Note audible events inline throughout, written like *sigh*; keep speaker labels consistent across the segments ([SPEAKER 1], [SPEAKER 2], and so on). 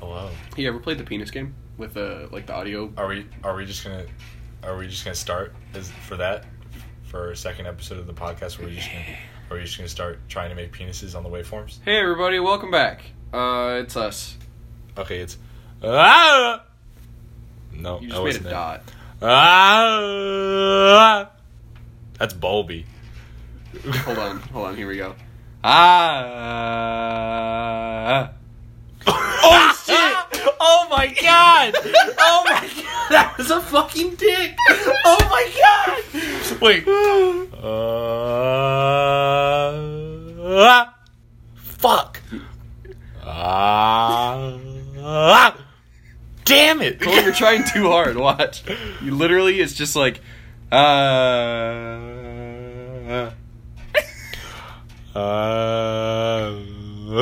[SPEAKER 1] Hello.
[SPEAKER 2] You ever played the penis game with uh, like the audio?
[SPEAKER 1] Oh, Are we are we just gonna are we just gonna start is, for that for our second episode of the podcast? We're just gonna are we just gonna start trying to make penises on the waveforms?
[SPEAKER 2] Hey everybody, welcome back. Uh, it's us.
[SPEAKER 1] Okay, it's ah. No,
[SPEAKER 2] You just
[SPEAKER 1] that
[SPEAKER 2] made a
[SPEAKER 1] wasn't it.
[SPEAKER 2] dot.
[SPEAKER 1] Ah. That's Bulby.
[SPEAKER 2] Hold on, hold on. Here we go.
[SPEAKER 1] Uh,
[SPEAKER 2] *laughs* Ah.
[SPEAKER 1] *laughs* oh shit! *laughs* Oh my *laughs* god! Oh my god! That was a fucking dick! Oh my god! Wait. Uh, fuck! Ah! damn it!
[SPEAKER 2] Cole, you're trying too hard. Watch. You literally, it's just like. Uh,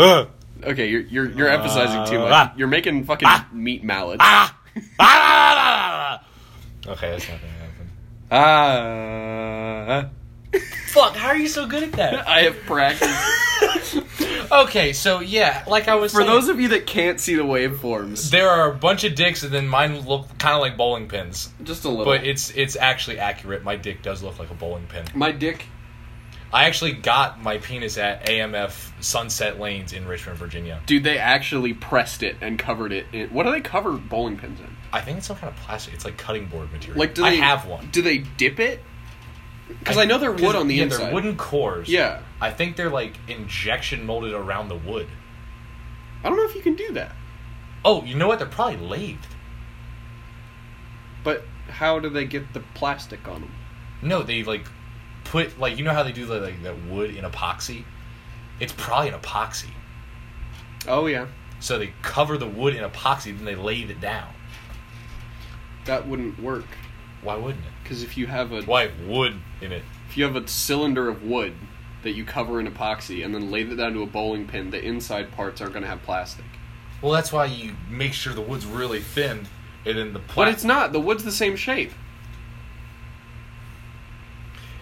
[SPEAKER 1] Uh,
[SPEAKER 2] okay, you're you're you're emphasizing too much. You're making fucking
[SPEAKER 1] uh,
[SPEAKER 2] meat mallets.
[SPEAKER 1] ah! Ah! Okay, that's not gonna happen.
[SPEAKER 2] Ah.
[SPEAKER 1] Fuck! How are you so good at that?
[SPEAKER 2] I have practiced.
[SPEAKER 1] okay, so yeah, like I was
[SPEAKER 2] For
[SPEAKER 1] saying,
[SPEAKER 2] those of you that can't see the waveforms,
[SPEAKER 1] there are a bunch of dicks, and then mine look kind of like bowling pins.
[SPEAKER 2] just a little.
[SPEAKER 1] But it's it's actually accurate. My dick does look like a bowling pin.
[SPEAKER 2] My dick
[SPEAKER 1] I actually got my penis at AMF Sunset Lanes in Richmond, Virginia.
[SPEAKER 2] Dude, they actually pressed it and covered it. In, what do they cover bowling pins in?
[SPEAKER 1] I think it's some kind of plastic. It's like cutting board material.
[SPEAKER 2] Like, do
[SPEAKER 1] I
[SPEAKER 2] they
[SPEAKER 1] have one
[SPEAKER 2] Do they dip it? Because I, know they're wood on the
[SPEAKER 1] yeah,
[SPEAKER 2] inside.
[SPEAKER 1] They're wooden cores.
[SPEAKER 2] Yeah,
[SPEAKER 1] I think they're like injection molded around the wood.
[SPEAKER 2] I don't know if you can do that.
[SPEAKER 1] Oh, you know what? They're probably lathed.
[SPEAKER 2] But how do they get the plastic on them?
[SPEAKER 1] No, they like put like you know how they do the, like that wood in epoxy. It's probably an epoxy.
[SPEAKER 2] Oh yeah,
[SPEAKER 1] So they cover the wood in epoxy, then they lathe it down.
[SPEAKER 2] that wouldn't work.
[SPEAKER 1] Why wouldn't it?
[SPEAKER 2] Because if you have a
[SPEAKER 1] Why wood in it?
[SPEAKER 2] if you have a cylinder of wood that you cover in epoxy and then lay it down to a bowling pin, the inside parts are going to have plastic.
[SPEAKER 1] Well, that's why you make sure the wood's really thin, and then the pla-
[SPEAKER 2] But it's not. The wood's the same shape,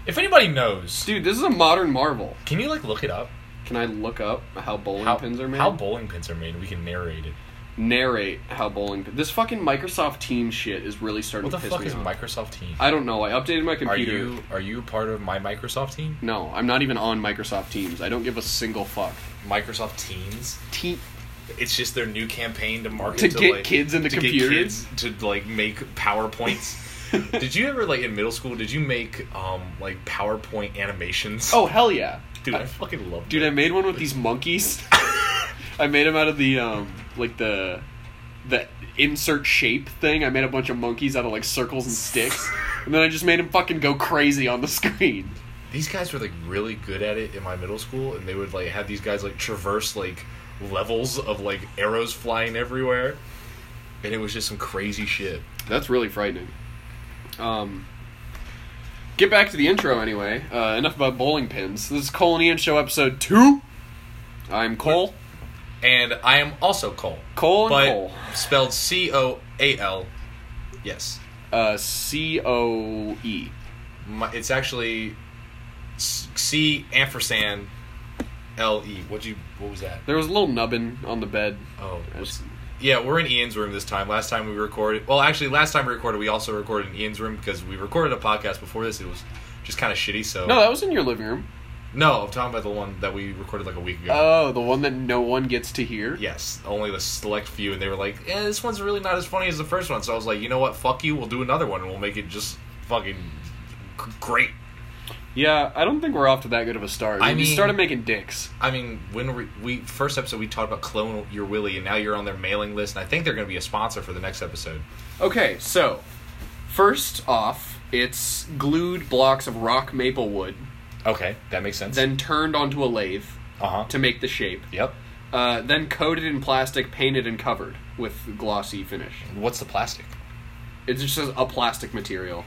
[SPEAKER 1] If anybody knows,
[SPEAKER 2] dude. This is a modern marvel.
[SPEAKER 1] can you like look it up?
[SPEAKER 2] Can I look up how bowling
[SPEAKER 1] How
[SPEAKER 2] pins are made?
[SPEAKER 1] How bowling pins are made? We can narrate it.
[SPEAKER 2] narrate how bowling. This fucking Microsoft Team shit is really starting
[SPEAKER 1] What the
[SPEAKER 2] to piss
[SPEAKER 1] fuck
[SPEAKER 2] me
[SPEAKER 1] is
[SPEAKER 2] off.
[SPEAKER 1] Microsoft Team?
[SPEAKER 2] I don't know. I updated my
[SPEAKER 1] Are
[SPEAKER 2] computer.
[SPEAKER 1] you are you part of my Microsoft team?
[SPEAKER 2] No, I'm not even on Microsoft Teams. I don't give a single fuck.
[SPEAKER 1] Microsoft Teams.
[SPEAKER 2] Team.
[SPEAKER 1] It's just their new campaign to market
[SPEAKER 2] To
[SPEAKER 1] to,
[SPEAKER 2] get
[SPEAKER 1] like,
[SPEAKER 2] kids into
[SPEAKER 1] to
[SPEAKER 2] computers?
[SPEAKER 1] kids to like make
[SPEAKER 2] *laughs*
[SPEAKER 1] powerpoints. did you ever like in middle school? Did you make um like PowerPoint animations?
[SPEAKER 2] Oh hell yeah,
[SPEAKER 1] dude, I,
[SPEAKER 2] I,
[SPEAKER 1] fucking love
[SPEAKER 2] dude, I made one with these monkeys. *laughs* I made them out of the um, like the, the insert shape thing. I made a bunch of monkeys out of like circles and sticks, and then I just made them fucking go crazy on the screen.
[SPEAKER 1] these guys were like really good at it in my middle school, and they would like have these guys like traverse like levels of like arrows flying everywhere, and it was just some crazy shit.
[SPEAKER 2] That's really frightening. Um, get back to the intro anyway. Uh, enough about bowling pins. This is Cole and Ian Show episode two. I'm Cole.
[SPEAKER 1] And I am also Cole,
[SPEAKER 2] Cole and
[SPEAKER 1] but
[SPEAKER 2] Cole.
[SPEAKER 1] spelled C O A L. Yes,
[SPEAKER 2] Uh, C O E.
[SPEAKER 1] my, it's actually s- C ampersand L E. What you? What was that?
[SPEAKER 2] There was a little nubbin on the bed.
[SPEAKER 1] Oh,
[SPEAKER 2] That's-
[SPEAKER 1] Yeah, we're in Ian's room this time. Last time we recorded, well, actually, last time we recorded, we also recorded in Ian's room because we recorded a podcast before this. It was just kind of shitty. So
[SPEAKER 2] No, that was in your living room.
[SPEAKER 1] No, I'm talking about the one that we recorded like a week ago.
[SPEAKER 2] Oh, the one that no one gets to hear.
[SPEAKER 1] yes, only the select few, and they were like, "Eh, this one's really not as funny as the first one." So I was like, "You know what? Fuck you. We'll do another one, and we'll make it just fucking g- great."
[SPEAKER 2] Yeah, I don't think we're off to that good of a start.
[SPEAKER 1] I
[SPEAKER 2] we
[SPEAKER 1] mean-
[SPEAKER 2] started making dicks.
[SPEAKER 1] I mean, when we, we first episode we talked about clone your Willie, and now you're on their mailing list, and I think they're going to be a sponsor for the next episode.
[SPEAKER 2] Okay, so first off, it's glued blocks of rock maple wood,
[SPEAKER 1] Okay, that makes sense.
[SPEAKER 2] then turned onto a lathe
[SPEAKER 1] uh huh.
[SPEAKER 2] to make the shape.
[SPEAKER 1] Yep.
[SPEAKER 2] Uh, then coated in plastic, painted and covered with glossy finish.
[SPEAKER 1] What's the plastic?
[SPEAKER 2] It just says a plastic material.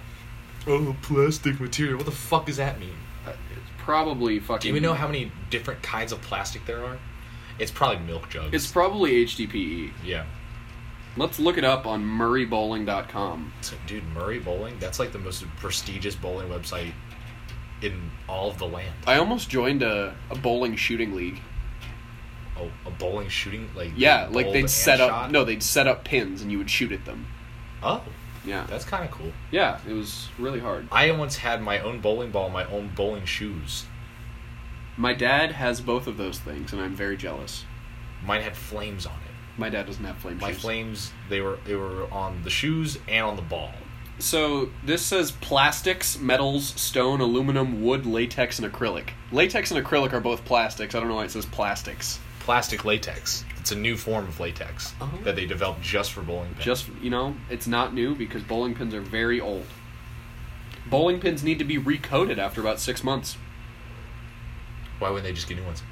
[SPEAKER 1] Oh, plastic material. What the fuck does that mean?
[SPEAKER 2] Uh, it's probably fucking.
[SPEAKER 1] Do you even know how many different kinds of plastic there are? It's probably milk jugs.
[SPEAKER 2] It's probably HDPE.
[SPEAKER 1] yeah.
[SPEAKER 2] E. Let's look it up on MurrayBowling.com.
[SPEAKER 1] It's like, dude, Murray Bowling, that's like the most prestigious bowling website in all of the land.
[SPEAKER 2] I almost joined a, a bowling shooting league.
[SPEAKER 1] Oh, a, a bowling shooting like
[SPEAKER 2] Yeah, like
[SPEAKER 1] bowled
[SPEAKER 2] they'd
[SPEAKER 1] and
[SPEAKER 2] set up
[SPEAKER 1] shot?
[SPEAKER 2] no, they'd set up pins and you would shoot at them.
[SPEAKER 1] Oh,
[SPEAKER 2] Yeah.
[SPEAKER 1] that's kind of cool.
[SPEAKER 2] Yeah, it was really hard.
[SPEAKER 1] I once had my own bowling ball, my own bowling shoes.
[SPEAKER 2] My dad has both of those things and I'm very jealous.
[SPEAKER 1] Mine had flames on it.
[SPEAKER 2] My dad doesn't have flame
[SPEAKER 1] My
[SPEAKER 2] shoes.
[SPEAKER 1] flames they were they were on the shoes and on the ball.
[SPEAKER 2] So this says plastics, metals, stone, aluminum, wood, latex, and acrylic. Latex and acrylic are both plastics. I don't know why it says plastics.
[SPEAKER 1] Plastic latex. It's a new form of latex
[SPEAKER 2] Oh.
[SPEAKER 1] that they developed just for bowling pins.
[SPEAKER 2] Just you know, it's not new because bowling pins are very old. Bowling pins need to be recoded after about six months
[SPEAKER 1] Why wouldn't they just get new ones?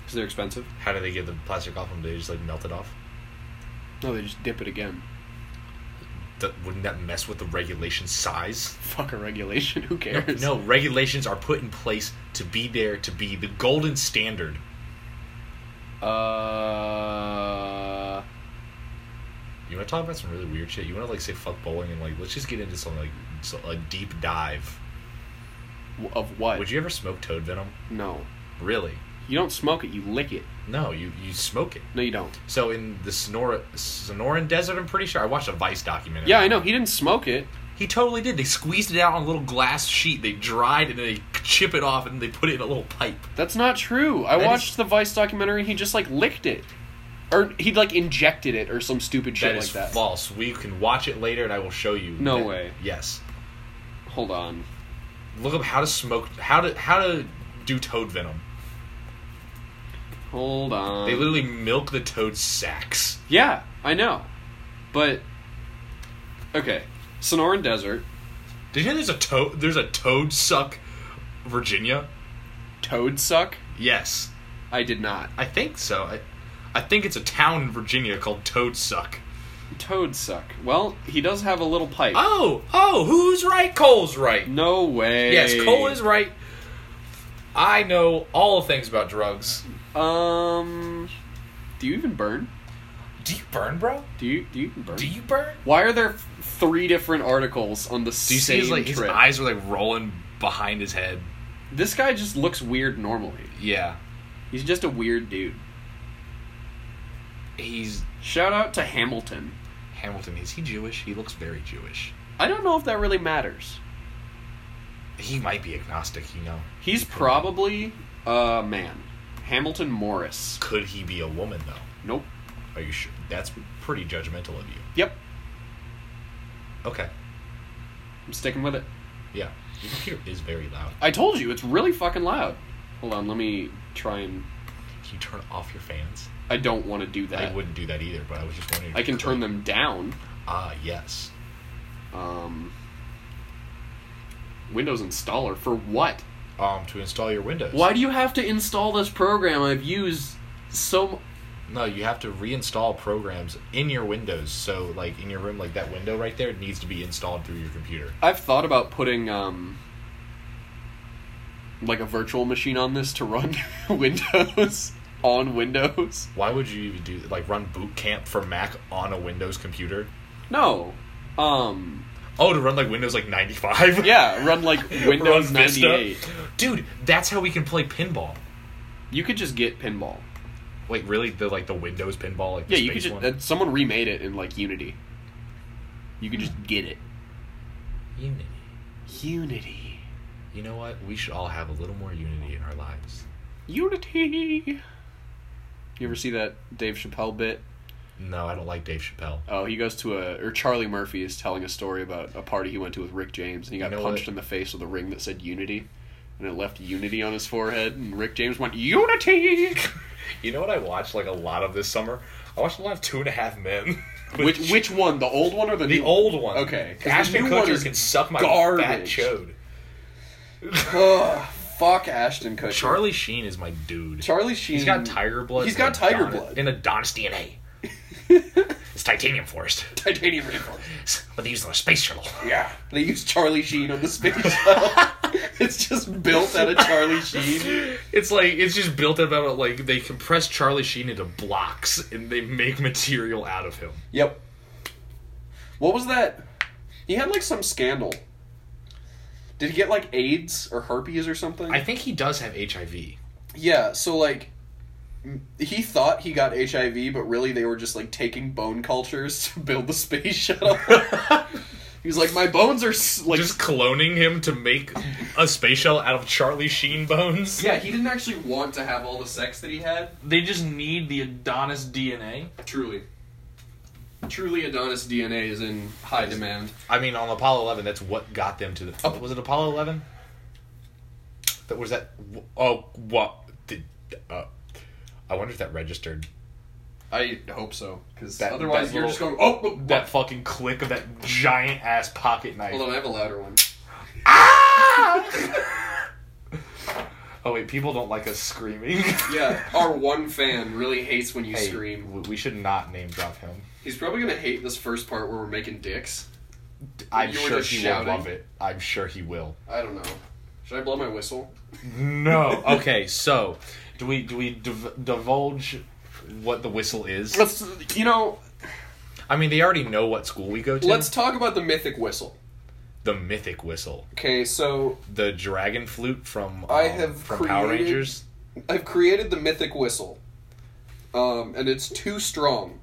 [SPEAKER 2] because they're expensive.
[SPEAKER 1] How do they get the plastic off them? They just like melt it off.
[SPEAKER 2] No, they just dip it again. *laughs*
[SPEAKER 1] Th- wouldn't that mess with the regulation size?
[SPEAKER 2] Fuck a regulation. *laughs* Who
[SPEAKER 1] No,
[SPEAKER 2] cares?
[SPEAKER 1] no, regulations are put in place to be there to be the golden standard.
[SPEAKER 2] Uh,
[SPEAKER 1] You want to talk about some really weird shit? You want to like say fuck bowling and like let's just get into some like so, a deep dive.
[SPEAKER 2] w- of what?
[SPEAKER 1] Would you ever smoke toad venom?
[SPEAKER 2] No,
[SPEAKER 1] Really?
[SPEAKER 2] you don't smoke it. You lick it.
[SPEAKER 1] No, you you smoke it.
[SPEAKER 2] No, you don't.
[SPEAKER 1] So in the Sonora Sonoran Desert, I'm pretty sure I watched a Vice documentary.
[SPEAKER 2] Yeah, I know. He didn't smoke it.
[SPEAKER 1] He totally did. They squeezed it out on a little glass sheet. They dried it and they chip it off and they put it in a little pipe.
[SPEAKER 2] That's not true. I
[SPEAKER 1] That
[SPEAKER 2] watched
[SPEAKER 1] is-
[SPEAKER 2] the Vice documentary and he just like licked it. Or he like injected it or some stupid shit
[SPEAKER 1] That
[SPEAKER 2] like
[SPEAKER 1] is
[SPEAKER 2] that.
[SPEAKER 1] false. We can watch it later and I will show you.
[SPEAKER 2] No
[SPEAKER 1] that-
[SPEAKER 2] way.
[SPEAKER 1] Yes.
[SPEAKER 2] Hold on.
[SPEAKER 1] Look up how to smoke how to how to do toad venom.
[SPEAKER 2] Hold on.
[SPEAKER 1] They literally milk the toad sacks.
[SPEAKER 2] Yeah, I know. But Okay. Sonoran Desert.
[SPEAKER 1] Did you know there's a toad there's a toad suck Virginia?
[SPEAKER 2] Toad suck?
[SPEAKER 1] Yes.
[SPEAKER 2] I did not.
[SPEAKER 1] I think so. I I think it's a town in Virginia called Toad Suck.
[SPEAKER 2] Toad suck. Well, he does have a little pipe.
[SPEAKER 1] Oh, oh, who's right? Cole's right.
[SPEAKER 2] No way.
[SPEAKER 1] Yes, Cole is right. I know all things about drugs.
[SPEAKER 2] Um Do you even burn?
[SPEAKER 1] Do you burn, bro?
[SPEAKER 2] Do you do you even burn?
[SPEAKER 1] Do you burn?
[SPEAKER 2] Why are there f- three different articles on the
[SPEAKER 1] Do you see
[SPEAKER 2] same
[SPEAKER 1] his like his
[SPEAKER 2] trip?
[SPEAKER 1] eyes are like rolling behind his head?
[SPEAKER 2] This guy just looks weird normally.
[SPEAKER 1] Yeah.
[SPEAKER 2] He's just a weird dude.
[SPEAKER 1] He's
[SPEAKER 2] Shout out to Hamilton.
[SPEAKER 1] Hamilton. Is he Jewish? He looks very Jewish.
[SPEAKER 2] I don't know if that really matters.
[SPEAKER 1] He might be agnostic, you know.
[SPEAKER 2] He's probably a man. Hamilton Morris.
[SPEAKER 1] Could he be a woman though?
[SPEAKER 2] Nope.
[SPEAKER 1] Are you sure? That's pretty judgmental of you.
[SPEAKER 2] Yep.
[SPEAKER 1] Okay.
[SPEAKER 2] I'm sticking with it.
[SPEAKER 1] Yeah. Your computer is very loud.
[SPEAKER 2] I told you, it's really fucking loud. Hold on, let me try and.
[SPEAKER 1] Can you turn off your fans?
[SPEAKER 2] I don't want to do that.
[SPEAKER 1] I wouldn't do that either, but I was just wondering. if
[SPEAKER 2] I
[SPEAKER 1] you
[SPEAKER 2] can
[SPEAKER 1] could.
[SPEAKER 2] turn them down.
[SPEAKER 1] Ah, yes.
[SPEAKER 2] Um, Windows installer. For what?
[SPEAKER 1] Um, to install your Windows.
[SPEAKER 2] Why do you have to install this program I've used so. M-
[SPEAKER 1] No, you have to reinstall programs in your Windows. So, like in your room, like that window right there needs to be installed through your computer.
[SPEAKER 2] I've thought about putting um like a virtual machine on this to run *laughs* Windows on Windows.
[SPEAKER 1] Why would you even do like run Boot Camp for Mac on a Windows computer?
[SPEAKER 2] No. Um
[SPEAKER 1] Oh, to run like Windows like ninety five.
[SPEAKER 2] yeah, run like Windows
[SPEAKER 1] *laughs* Run Vista.
[SPEAKER 2] 98.
[SPEAKER 1] Dude, that's how we can play pinball.
[SPEAKER 2] You could just get pinball.
[SPEAKER 1] Wait, really? The like the Windows pinball? Like the
[SPEAKER 2] Yeah, you could
[SPEAKER 1] space
[SPEAKER 2] just
[SPEAKER 1] one?
[SPEAKER 2] uh, someone remade it in like Unity. You
[SPEAKER 1] Hmm.
[SPEAKER 2] could just get it.
[SPEAKER 1] Unity.
[SPEAKER 2] Unity.
[SPEAKER 1] You know what? We should all have a little more unity in our lives.
[SPEAKER 2] Unity. You ever see that Dave Chappelle bit?
[SPEAKER 1] No, I don't like Dave Chappelle.
[SPEAKER 2] Oh, he goes to a or Charlie Murphy is telling a story about a party he went to with Rick James and he got
[SPEAKER 1] You know
[SPEAKER 2] punched
[SPEAKER 1] what?
[SPEAKER 2] in the face with a ring that said Unity and it left Unity on his forehead and Rick James went Unity *laughs*
[SPEAKER 1] You know what I watched like a lot of this summer? I watched a lot of Two and a Half Men. *laughs*
[SPEAKER 2] Which which one? The old one or the
[SPEAKER 1] The
[SPEAKER 2] new
[SPEAKER 1] old one.
[SPEAKER 2] Okay. 'cause the
[SPEAKER 1] Ashton
[SPEAKER 2] new
[SPEAKER 1] Kutcher
[SPEAKER 2] one is
[SPEAKER 1] can suck my fat
[SPEAKER 2] garbage.
[SPEAKER 1] chode.
[SPEAKER 2] Ugh, fuck Ashton Kutcher.
[SPEAKER 1] Charlie Sheen is my dude.
[SPEAKER 2] Charlie Sheen
[SPEAKER 1] He's got tiger blood.
[SPEAKER 2] He's
[SPEAKER 1] in
[SPEAKER 2] got tiger
[SPEAKER 1] Adonis-
[SPEAKER 2] blood. *laughs*
[SPEAKER 1] in Adonis DNA. *laughs* it's titanium forest, *laughs*
[SPEAKER 2] titanium rifle.
[SPEAKER 1] but they use it on a space shuttle.
[SPEAKER 2] Yeah. They use Charlie Sheen
[SPEAKER 1] *laughs*
[SPEAKER 2] on the space shuttle. it's just built out of Charlie
[SPEAKER 1] *laughs*
[SPEAKER 2] Sheen.
[SPEAKER 1] It's like it's just built up out of like they compress Charlie Sheen into blocks and they make material out of him.
[SPEAKER 2] Yep. What was that? He had like some scandal. Did he get like AIDS or herpes or something?
[SPEAKER 1] I think he does have HIV.
[SPEAKER 2] yeah, so like he thought he got HIV, but really they were just like taking bone cultures *laughs* to build the space *laughs* shuttle. he was like, my bones are s- like
[SPEAKER 1] Just cloning him to make a space shuttle out of Charlie Sheen bones.
[SPEAKER 2] yeah. He didn't actually want to have all the sex that he had.
[SPEAKER 3] They just need the Adonis DNA.
[SPEAKER 2] Truly, truly, Adonis DNA is in high demand.
[SPEAKER 1] I mean, on Apollo 11, that's what got them to the.
[SPEAKER 2] Oh.
[SPEAKER 1] Was it Apollo 11? That was that. Oh, what did? Uh, I wonder if that registered.
[SPEAKER 2] I hope so, because
[SPEAKER 1] That-
[SPEAKER 2] otherwise
[SPEAKER 1] that
[SPEAKER 2] you're
[SPEAKER 1] little-
[SPEAKER 2] just going. Oh, oh,
[SPEAKER 1] That fucking click of that giant ass pocket knife.
[SPEAKER 2] hold on, I have a louder one.
[SPEAKER 1] *laughs* Oh wait, people don't like us screaming. *laughs*
[SPEAKER 2] Yeah, our one fan really hates when you
[SPEAKER 1] Hey,
[SPEAKER 2] scream.
[SPEAKER 1] w- We should not name drop him.
[SPEAKER 2] He's probably gonna hate this first part where we're making dicks.
[SPEAKER 1] I'm
[SPEAKER 2] You were
[SPEAKER 1] sure
[SPEAKER 2] just
[SPEAKER 1] he
[SPEAKER 2] shouting.
[SPEAKER 1] will love it. I'm sure he will.
[SPEAKER 2] I don't know. Should I blow my whistle? *laughs*
[SPEAKER 1] No. okay, so do we do we div- divulge what the whistle is?
[SPEAKER 2] Let's, you know,
[SPEAKER 1] I mean, they already know what school we go to.
[SPEAKER 2] let's talk about the mythic whistle.
[SPEAKER 1] the mythic whistle,
[SPEAKER 2] Okay, so
[SPEAKER 1] the dragon flute from
[SPEAKER 2] I
[SPEAKER 1] um,
[SPEAKER 2] have
[SPEAKER 1] from Power
[SPEAKER 2] created-
[SPEAKER 1] Rangers.
[SPEAKER 2] I've created the mythic whistle, um, and it's too strong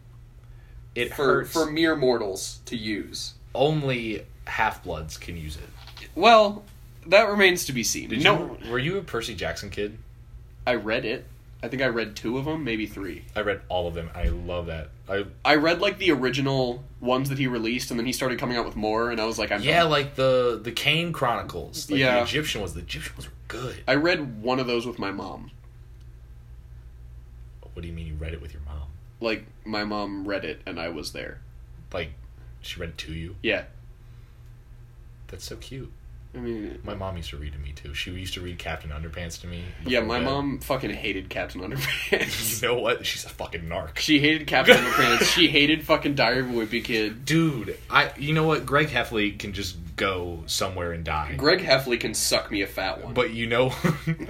[SPEAKER 1] It
[SPEAKER 2] for
[SPEAKER 1] hurts.
[SPEAKER 2] for mere mortals to use.
[SPEAKER 1] Only half bloods can use it.
[SPEAKER 2] Well, that remains to be seen.
[SPEAKER 1] Did
[SPEAKER 2] no,
[SPEAKER 1] you? Were you a Percy Jackson kid?
[SPEAKER 2] I read it. I think I read two of them, maybe three.
[SPEAKER 1] I read all of them. I love that. I
[SPEAKER 2] I read like the original ones that he released, and then he started coming out with more, and I was like, I'm
[SPEAKER 1] yeah, like the the Kane Chronicles. Like
[SPEAKER 2] Yeah.
[SPEAKER 1] the Egyptian was the Egyptian was good.
[SPEAKER 2] I read one of those with my mom.
[SPEAKER 1] What do you mean you read it with your mom?
[SPEAKER 2] Like my mom read it, and I was there.
[SPEAKER 1] Like she read it to you.
[SPEAKER 2] Yeah,
[SPEAKER 1] That's so cute.
[SPEAKER 2] I mean,
[SPEAKER 1] My mom used to read to me too. She used to read Captain Underpants to me.
[SPEAKER 2] yeah,
[SPEAKER 1] before
[SPEAKER 2] my
[SPEAKER 1] bed.
[SPEAKER 2] mom fucking hated Captain Underpants. *laughs*
[SPEAKER 1] You know what? She's a fucking narc.
[SPEAKER 2] She hated Captain Underpants. She hated fucking Diary of a Wimpy Kid.
[SPEAKER 1] Dude, I you know what? Greg Heffley can just go somewhere and die.
[SPEAKER 2] Greg Heffley can suck me a fat one.
[SPEAKER 1] but you know,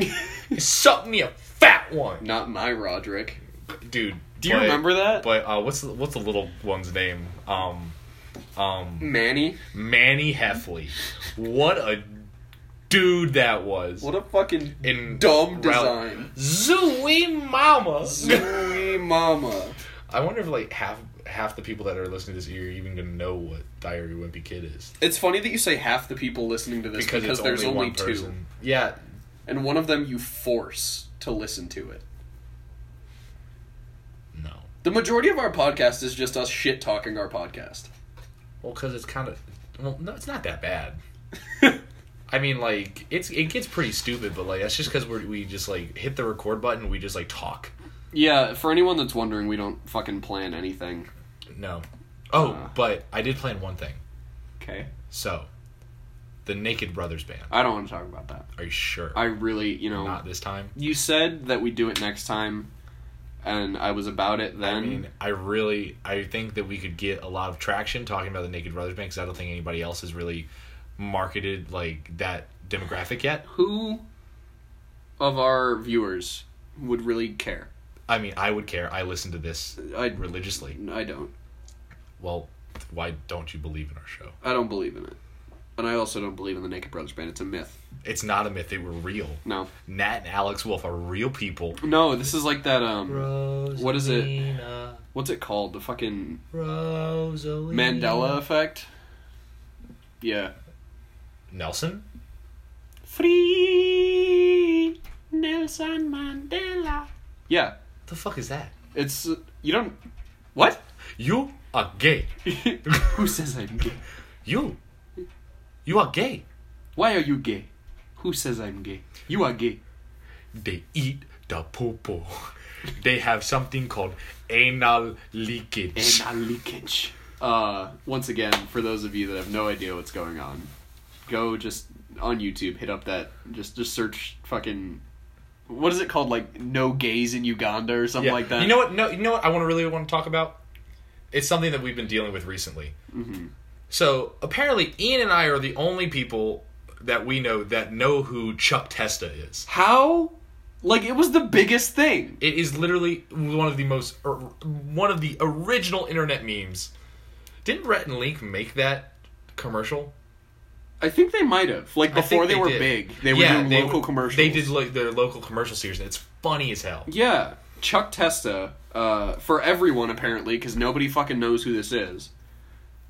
[SPEAKER 1] *laughs* suck me a fat one,
[SPEAKER 2] Not my Roderick.
[SPEAKER 1] dude.
[SPEAKER 2] Do you
[SPEAKER 1] but-
[SPEAKER 2] remember that?
[SPEAKER 1] But uh, what's the, what's the little one's name? Um, um,
[SPEAKER 2] Manny.
[SPEAKER 1] Manny Heffley. What a dude that was.
[SPEAKER 2] What a fucking
[SPEAKER 1] In
[SPEAKER 2] dumb
[SPEAKER 1] Ralph-
[SPEAKER 2] design.
[SPEAKER 1] Zooey mama.
[SPEAKER 2] Zooey mama.
[SPEAKER 1] I wonder if like half half the people that are listening to this are even gonna know what Diary of a Wimpy Kid is
[SPEAKER 2] It's funny that you say half the people listening to this because,
[SPEAKER 1] it's
[SPEAKER 2] there's only,
[SPEAKER 1] one
[SPEAKER 2] two.
[SPEAKER 1] person. Yeah,
[SPEAKER 2] And one of them you force to listen to it.
[SPEAKER 1] no.
[SPEAKER 2] The majority of our podcast is just us shit talking our podcast.
[SPEAKER 1] Well, because it's kind of well, no, it's not that bad.
[SPEAKER 2] *laughs*
[SPEAKER 1] I mean, like it's it gets pretty stupid, but like that's just because we we just like hit the record button, we just like talk.
[SPEAKER 2] Yeah, for anyone that's wondering, we don't fucking plan anything.
[SPEAKER 1] No. Oh,
[SPEAKER 2] Uh.
[SPEAKER 1] but I did plan one thing.
[SPEAKER 2] Okay.
[SPEAKER 1] So, the Naked Brothers band.
[SPEAKER 2] I don't want to talk about that.
[SPEAKER 1] Are you sure?
[SPEAKER 2] I really, you know,
[SPEAKER 1] not this time.
[SPEAKER 2] you said that we do it next time, and I was about it then.
[SPEAKER 1] I mean, I really, I think that we could get a lot of traction talking about the Naked Brothers band because I don't think anybody else has really marketed like that demographic yet.
[SPEAKER 2] Who of our viewers would really care?
[SPEAKER 1] I mean, I would care. I listen to this
[SPEAKER 2] I
[SPEAKER 1] religiously.
[SPEAKER 2] I don't.
[SPEAKER 1] Well, why don't you believe in our show?
[SPEAKER 2] I don't believe in it, and I also don't believe in the Naked Brothers band. It's a myth.
[SPEAKER 1] It's not a myth. They were real.
[SPEAKER 2] No,
[SPEAKER 1] Nat and Alex Wolf are real people.
[SPEAKER 2] no. This is like that. Um, What is it?
[SPEAKER 1] Rosalina,
[SPEAKER 2] what's it called? The fucking
[SPEAKER 1] Rosalina.
[SPEAKER 2] Mandela effect. Yeah.
[SPEAKER 1] Nelson?
[SPEAKER 2] Free Nelson Mandela. Yeah,
[SPEAKER 1] The fuck is that?
[SPEAKER 2] it's you don't. What? *laughs*
[SPEAKER 1] You are gay.
[SPEAKER 2] Who says I'm gay?
[SPEAKER 1] You. You are gay.
[SPEAKER 2] Why are you gay? Who says I'm gay? You are gay.
[SPEAKER 1] They eat the popo. They have something called anal leakage.
[SPEAKER 2] Anal leakage. Uh, once again, for those of you that have no idea what's going on, go just on YouTube, hit up that just just search fucking what is it called like no gays in Uganda or something
[SPEAKER 1] Yeah.
[SPEAKER 2] like that.
[SPEAKER 1] You know what? No, you know what? I want to really want to talk about. It's something that we've been dealing with recently.
[SPEAKER 2] Mm-hmm.
[SPEAKER 1] So apparently, Ian and I are the only people that we know that know who Chuck Testa is.
[SPEAKER 2] how? Like it was the biggest thing.
[SPEAKER 1] It is literally one of the most or one of the original internet memes. Didn't Rhett and Link make that commercial?
[SPEAKER 2] I think they might have like
[SPEAKER 1] I think
[SPEAKER 2] before they, were
[SPEAKER 1] did.
[SPEAKER 2] big. They were
[SPEAKER 1] Yeah,
[SPEAKER 2] doing
[SPEAKER 1] they
[SPEAKER 2] local
[SPEAKER 1] were-
[SPEAKER 2] commercials.
[SPEAKER 1] They did like their local commercial series, and it's funny as hell.
[SPEAKER 2] Yeah, Chuck Testa, uh, for everyone apparently, because nobody fucking knows who this is,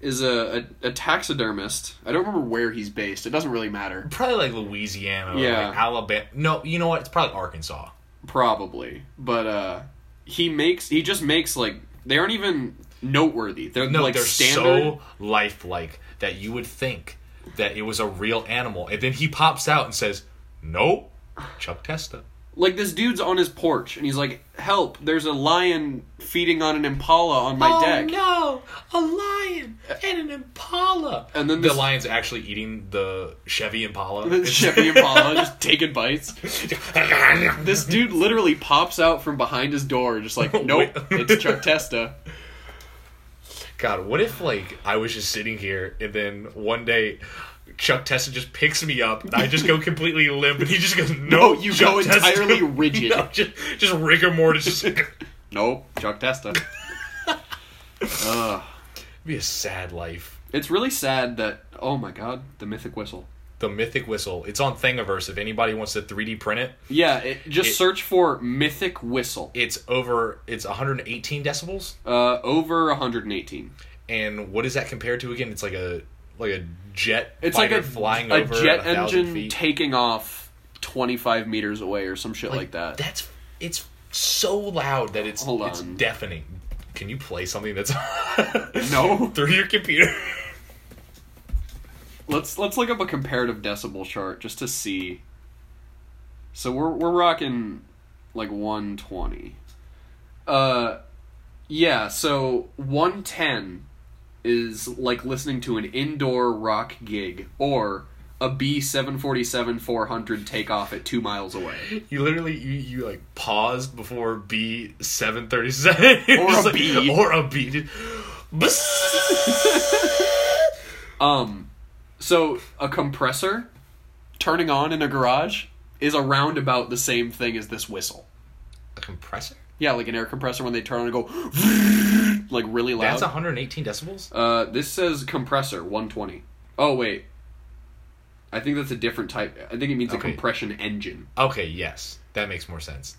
[SPEAKER 2] is a, a, a taxidermist. I don't remember where he's based. It doesn't really matter.
[SPEAKER 1] Probably like Louisiana, or
[SPEAKER 2] Yeah.
[SPEAKER 1] like Alabama. No, you know what? It's probably Arkansas.
[SPEAKER 2] Probably. But uh, he makes, he just makes like, they aren't even noteworthy. They're
[SPEAKER 1] No,
[SPEAKER 2] like
[SPEAKER 1] they're
[SPEAKER 2] standard.
[SPEAKER 1] so lifelike that you would think that it was a real animal, and then he pops out and says, "Nope, Chuck Testa."
[SPEAKER 2] Like this dude's on his porch and he's like, "Help! There's a lion feeding on an impala on
[SPEAKER 1] Oh,
[SPEAKER 2] my deck."
[SPEAKER 1] no, a lion and an impala.
[SPEAKER 2] And then
[SPEAKER 1] the
[SPEAKER 2] this-
[SPEAKER 1] lion's actually eating the Chevy Impala.
[SPEAKER 2] The *laughs* Chevy Impala just taking
[SPEAKER 1] *laughs*
[SPEAKER 2] bites. This dude literally pops out from behind his door, just
[SPEAKER 1] *laughs*
[SPEAKER 2] like, "Nope, it's Chuck Testa."
[SPEAKER 1] God, what if like I was just sitting here and then one day Chuck Testa just picks me up and I just go completely limp and he just goes, "No,
[SPEAKER 2] you
[SPEAKER 1] Chuck
[SPEAKER 2] go
[SPEAKER 1] Testa." *laughs*
[SPEAKER 2] entirely rigid.
[SPEAKER 1] No, just just rigor mortis. Just *laughs*
[SPEAKER 2] Nope, Chuck Testa. Ugh.
[SPEAKER 1] be a sad life.
[SPEAKER 2] it's really sad that. Oh my God, the mythic whistle.
[SPEAKER 1] The Mythic Whistle. It's on Thingiverse. If anybody wants to 3D print it,
[SPEAKER 2] Yeah, it, just
[SPEAKER 1] It-
[SPEAKER 2] search for mythic whistle.
[SPEAKER 1] it's over. It's 118 decibels.
[SPEAKER 2] Uh, over 118.
[SPEAKER 1] And what is that compared to again? It's like a like a jet.
[SPEAKER 2] It's
[SPEAKER 1] fighter
[SPEAKER 2] like a
[SPEAKER 1] flying
[SPEAKER 2] a
[SPEAKER 1] over
[SPEAKER 2] jet
[SPEAKER 1] at 1,000
[SPEAKER 2] engine
[SPEAKER 1] feet.
[SPEAKER 2] taking off 25 meters away or some shit like, that.
[SPEAKER 1] That's it's so loud that it's
[SPEAKER 2] Hold
[SPEAKER 1] it's
[SPEAKER 2] on.
[SPEAKER 1] deafening. Can you play something that's
[SPEAKER 2] *laughs* No.
[SPEAKER 1] *laughs* through your computer?
[SPEAKER 2] Let's let's look up a comparative decibel chart just to see. So we're we're rocking like 120. Uh yeah, so 110 is like listening to an indoor rock gig or a B747 400 takeoff at 2 miles away.
[SPEAKER 1] You literally you, you like paused before B seven thirty *laughs* seven
[SPEAKER 2] Or a B.
[SPEAKER 1] or a B. Just-
[SPEAKER 2] *laughs* Um so a compressor turning on in a garage is around about the same thing as this whistle.
[SPEAKER 1] a compressor.
[SPEAKER 2] Yeah, like an air compressor when they turn on and go *laughs* like really loud.
[SPEAKER 1] That's 118 decibels.
[SPEAKER 2] uh, this says compressor 120. Oh wait, I think that's a different type. I think it means
[SPEAKER 1] Okay.
[SPEAKER 2] a compression engine.
[SPEAKER 1] Okay, yes, that makes more sense.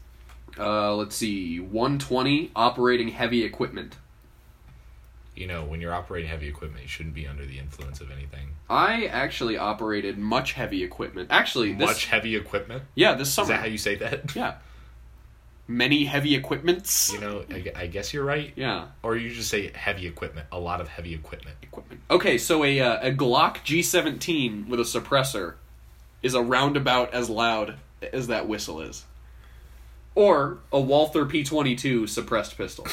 [SPEAKER 2] Uh, let's see, 120 operating heavy equipment.
[SPEAKER 1] You know, when you're operating heavy equipment, you shouldn't be under the influence of anything.
[SPEAKER 2] I actually operated much heavy equipment. Actually, this
[SPEAKER 1] Much heavy equipment.
[SPEAKER 2] yeah, this
[SPEAKER 1] Is
[SPEAKER 2] summer.
[SPEAKER 1] that how you say that? *laughs*
[SPEAKER 2] yeah, many heavy equipments.
[SPEAKER 1] You know, I, gu- I guess you're right.
[SPEAKER 2] yeah.
[SPEAKER 1] Or you just say heavy equipment. A lot of heavy equipment.
[SPEAKER 2] equipment. Okay, so a uh, a Glock G17 with a suppressor is a roundabout as loud as that whistle is. Or a Walther P22 suppressed pistol.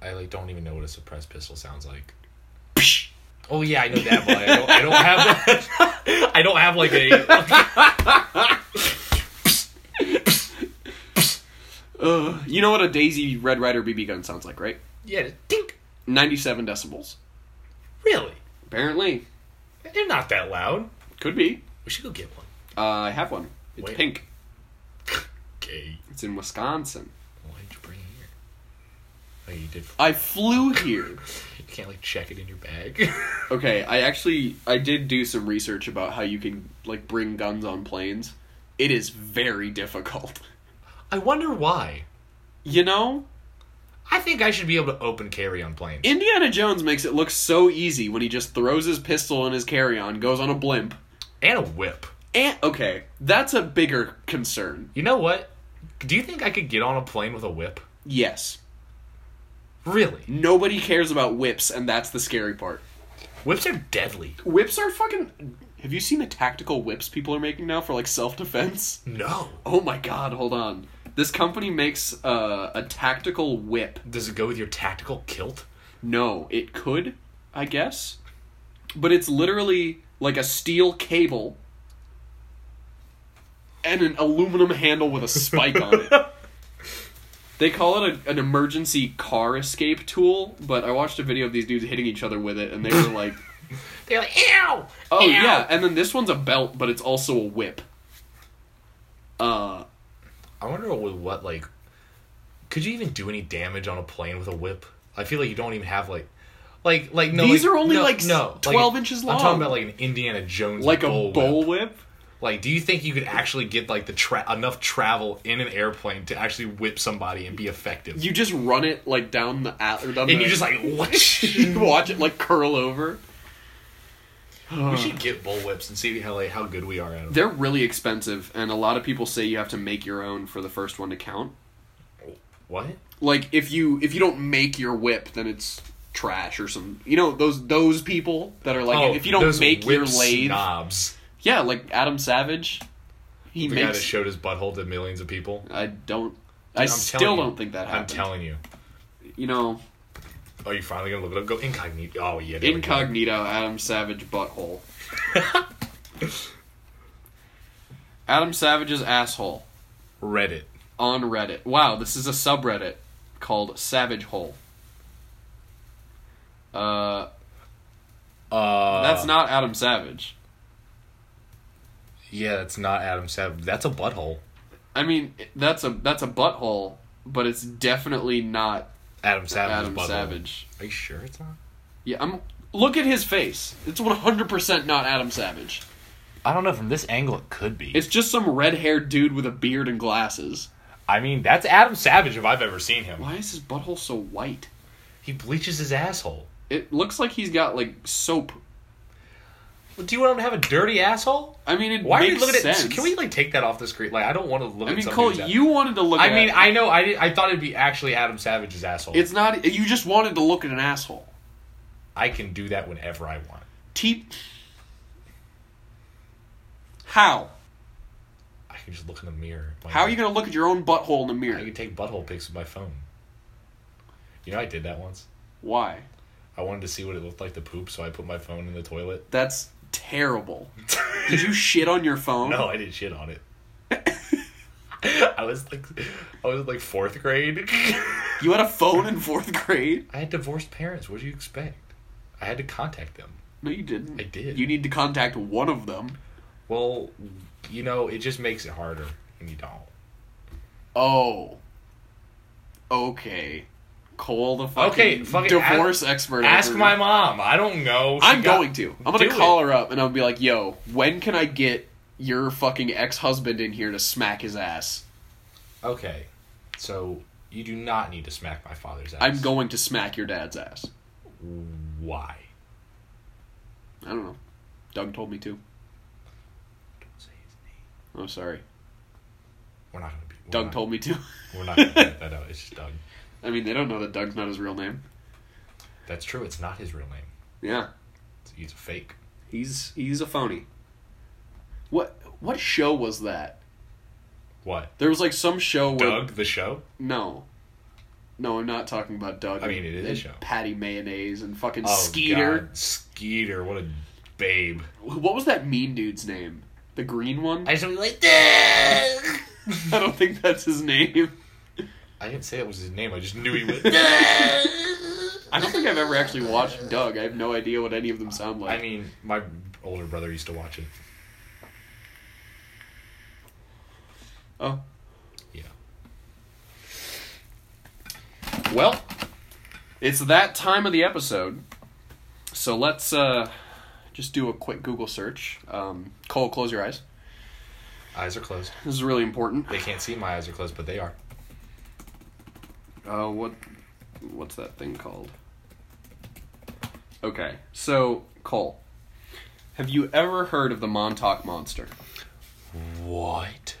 [SPEAKER 1] I like don't even know what a suppressed pistol sounds like.
[SPEAKER 2] Psh!
[SPEAKER 1] Oh yeah, I know that, but I don't, I don't have that. *laughs* I don't have like a.
[SPEAKER 2] Ugh. You know what a Daisy Red Rider BB gun sounds like, right?
[SPEAKER 1] Yeah, think
[SPEAKER 2] 97 decibels.
[SPEAKER 1] really.
[SPEAKER 2] Apparently,
[SPEAKER 1] They're not that loud.
[SPEAKER 2] could be.
[SPEAKER 1] We should go get one.
[SPEAKER 2] Uh, I have one. It's
[SPEAKER 1] Wait.
[SPEAKER 2] pink.
[SPEAKER 1] Okay.
[SPEAKER 2] It's in Wisconsin.
[SPEAKER 1] Why did you bring it here? Oh, you did.
[SPEAKER 2] I flew here.
[SPEAKER 1] You can't like check it in your bag.
[SPEAKER 2] Okay, I actually I did do some research about how you can like bring guns on planes. It is very difficult.
[SPEAKER 1] I wonder why.
[SPEAKER 2] You know,
[SPEAKER 1] I think I should be able to open carry on planes.
[SPEAKER 2] Indiana Jones makes it look so easy when he just throws his pistol in his carry-on, goes on a blimp.
[SPEAKER 1] and a whip.
[SPEAKER 2] And okay, that's a bigger concern.
[SPEAKER 1] You know what? Do you think I could get on a plane with a whip?
[SPEAKER 2] Yes.
[SPEAKER 1] Really?
[SPEAKER 2] Nobody cares about whips and that's the scary part.
[SPEAKER 1] Whips are deadly.
[SPEAKER 2] Whips are fucking Have you seen the tactical whips people are making now for like self-defense? *laughs*
[SPEAKER 1] No.
[SPEAKER 2] Oh my god, hold on. This company makes uh, a tactical whip
[SPEAKER 1] Does it go with your tactical kilt?
[SPEAKER 2] No, it could, I guess. But it's literally like a steel cable and an aluminum handle with a spike on
[SPEAKER 1] *laughs*
[SPEAKER 2] it. They call it a, an emergency car escape tool, but I watched a video of these dudes hitting each other with it and they were
[SPEAKER 1] *laughs*
[SPEAKER 2] like,
[SPEAKER 1] They're like, ow!
[SPEAKER 2] "Oh
[SPEAKER 1] Ow!"
[SPEAKER 2] yeah, and then this one's a belt, but it's also a whip." Uh
[SPEAKER 1] I wonder with what, like, could you even do any damage on a plane with a whip? I feel like you don't even have, like, like, like, no.
[SPEAKER 2] These
[SPEAKER 1] like-
[SPEAKER 2] are only,
[SPEAKER 1] no,
[SPEAKER 2] like, s-
[SPEAKER 1] no,
[SPEAKER 2] 12 inches
[SPEAKER 1] I'm
[SPEAKER 2] long.
[SPEAKER 1] talking about, like, an Indiana Jones
[SPEAKER 2] like a
[SPEAKER 1] bull whip.
[SPEAKER 2] bull whip?
[SPEAKER 1] Like, do you think you could actually get like the tra- enough travel in an airplane to actually whip somebody and be effective?
[SPEAKER 2] You just run it like down the at- or down
[SPEAKER 1] and
[SPEAKER 2] the,
[SPEAKER 1] you just like what?
[SPEAKER 2] *laughs*
[SPEAKER 1] *laughs*
[SPEAKER 2] you watch it like curl over.
[SPEAKER 1] we should get bull whips and see how like, how good we are at them.
[SPEAKER 2] They're really expensive, and a lot of people say you have to make your own for the first one to count.
[SPEAKER 1] What?
[SPEAKER 2] Like if you if you don't make your whip, then it's trash or some. You know those those people that are like if you don't
[SPEAKER 1] Oh, those
[SPEAKER 2] make your
[SPEAKER 1] whip
[SPEAKER 2] lathe,
[SPEAKER 1] snobs.
[SPEAKER 2] yeah, like Adam Savage. He
[SPEAKER 1] The guy that
[SPEAKER 2] makes.
[SPEAKER 1] showed his butthole to millions of people.
[SPEAKER 2] I don't. I
[SPEAKER 1] I'm
[SPEAKER 2] still
[SPEAKER 1] telling you.
[SPEAKER 2] don't think that
[SPEAKER 1] I'm
[SPEAKER 2] happened.
[SPEAKER 1] telling you.
[SPEAKER 2] you know,
[SPEAKER 1] Are you finally gonna look it up? Go incognito. Oh yeah. there we go.
[SPEAKER 2] incognito Adam Savage
[SPEAKER 1] *laughs*
[SPEAKER 2] butthole. Adam Savage's asshole
[SPEAKER 1] Reddit.
[SPEAKER 2] on Reddit. Wow, this is a subreddit called Savage Hole. Uh,
[SPEAKER 1] Uh,
[SPEAKER 2] that's not Adam Savage.
[SPEAKER 1] Yeah, that's not Adam Savage. That's a butthole.
[SPEAKER 2] I mean, that's a that's a butthole, but it's definitely not
[SPEAKER 1] Adam Savage's
[SPEAKER 2] Adam
[SPEAKER 1] butthole.
[SPEAKER 2] Savage.
[SPEAKER 1] Are you sure it's not?
[SPEAKER 2] Yeah, I'm. Look at his face. It's 100% not Adam Savage.
[SPEAKER 1] I don't know. From this angle, it could be.
[SPEAKER 2] It's just some red-haired dude with a beard and glasses.
[SPEAKER 1] I mean, that's Adam Savage if I've ever seen him.
[SPEAKER 2] Why is his butthole so white?
[SPEAKER 1] He bleaches his asshole.
[SPEAKER 2] It looks like he's got like soap.
[SPEAKER 1] Well, Do you want him to have a dirty asshole?
[SPEAKER 2] I mean, it
[SPEAKER 1] Why are
[SPEAKER 2] makes
[SPEAKER 1] you looking
[SPEAKER 2] sense.
[SPEAKER 1] at? Can we like take that off the screen? Like, I don't want to look
[SPEAKER 2] I
[SPEAKER 1] at
[SPEAKER 2] mean, Cole,
[SPEAKER 1] somebody's ass-
[SPEAKER 2] you wanted to look.
[SPEAKER 1] I
[SPEAKER 2] at
[SPEAKER 1] mean,
[SPEAKER 2] it.
[SPEAKER 1] I know. I, did, I thought it'd be actually Adam Savage's asshole.
[SPEAKER 2] it's not. You just wanted to look at an asshole.
[SPEAKER 1] I can do that whenever I want.
[SPEAKER 2] Te- How?
[SPEAKER 1] I can just look in the mirror.
[SPEAKER 2] How are you gonna look at your own butthole in the
[SPEAKER 1] I
[SPEAKER 2] mirror?
[SPEAKER 1] can take butthole pics with my phone. You know, I did that once.
[SPEAKER 2] Why?
[SPEAKER 1] I wanted to see what it looked like to poop, so I put my phone in
[SPEAKER 2] *laughs*
[SPEAKER 1] the toilet. *laughs*
[SPEAKER 2] That's terrible. Did you shit on your phone?
[SPEAKER 1] No, I didn't shit on
[SPEAKER 2] *laughs*
[SPEAKER 1] it. I was like, I was like fourth grade. *laughs*
[SPEAKER 2] You had a phone in fourth grade?
[SPEAKER 1] I had divorced parents. What do you expect? I had to contact them.
[SPEAKER 2] No, you didn't.
[SPEAKER 1] I did.
[SPEAKER 2] You need to contact one of them.
[SPEAKER 1] Well, you know, it just makes it harder when you don't.
[SPEAKER 2] Oh. Okay. Cole, the fucking,
[SPEAKER 1] Okay, fucking
[SPEAKER 2] divorce
[SPEAKER 1] ask-
[SPEAKER 2] expert.
[SPEAKER 1] Ask
[SPEAKER 2] over
[SPEAKER 1] my
[SPEAKER 2] here.
[SPEAKER 1] mom. I don't know. She
[SPEAKER 2] I'm
[SPEAKER 1] got-
[SPEAKER 2] going to. I'm gonna
[SPEAKER 1] Do
[SPEAKER 2] call
[SPEAKER 1] it.
[SPEAKER 2] her up and I'll be like, "Yo, when can I get your fucking ex husband in here to smack his ass?
[SPEAKER 1] Okay, so you do not need to smack my father's ass.
[SPEAKER 2] I'm going to smack your dad's ass."
[SPEAKER 1] Why?
[SPEAKER 2] I don't know. Doug told me to.
[SPEAKER 1] Don't say his name.
[SPEAKER 2] I'm sorry.
[SPEAKER 1] We're not gonna be. we're
[SPEAKER 2] Doug
[SPEAKER 1] not-
[SPEAKER 2] told me to. *laughs*
[SPEAKER 1] We're not gonna edit that out. It's just Doug.
[SPEAKER 2] I mean, they don't know that Doug's not his real name.
[SPEAKER 1] That's true. It's not his real name.
[SPEAKER 2] Yeah,
[SPEAKER 1] It's- He's a fake.
[SPEAKER 2] he's he's a phony. What what show was that?
[SPEAKER 1] What?
[SPEAKER 2] There was like some show where
[SPEAKER 1] Doug the show?
[SPEAKER 2] No. No, I'm not talking about Doug.
[SPEAKER 1] I mean, it is a
[SPEAKER 2] and
[SPEAKER 1] show.
[SPEAKER 2] Patty Mayonnaise and fucking
[SPEAKER 1] Oh,
[SPEAKER 2] Skeeter.
[SPEAKER 1] God. Skeeter, what a babe.
[SPEAKER 2] What was that mean dude's name? The green *laughs* one? I,
[SPEAKER 1] just be like, Doug.
[SPEAKER 2] don't think that's his name.
[SPEAKER 1] I didn't say that was his name. I just knew he *laughs* was. I
[SPEAKER 2] I don't think I've ever actually watched Doug. I have no idea what any of them sound like.
[SPEAKER 1] mean, my older brother used to watch it.
[SPEAKER 2] oh.
[SPEAKER 1] Yeah.
[SPEAKER 2] Well, it's that time of the episode. So let's uh just do a quick Google search. Um, Cole, close your eyes.
[SPEAKER 1] Eyes are closed.
[SPEAKER 2] This is really important.
[SPEAKER 1] They can't see my eyes are closed, but they are.
[SPEAKER 2] Uh, what, what's that thing called? Okay, so Cole, have you ever heard of the Montauk Monster?
[SPEAKER 1] What?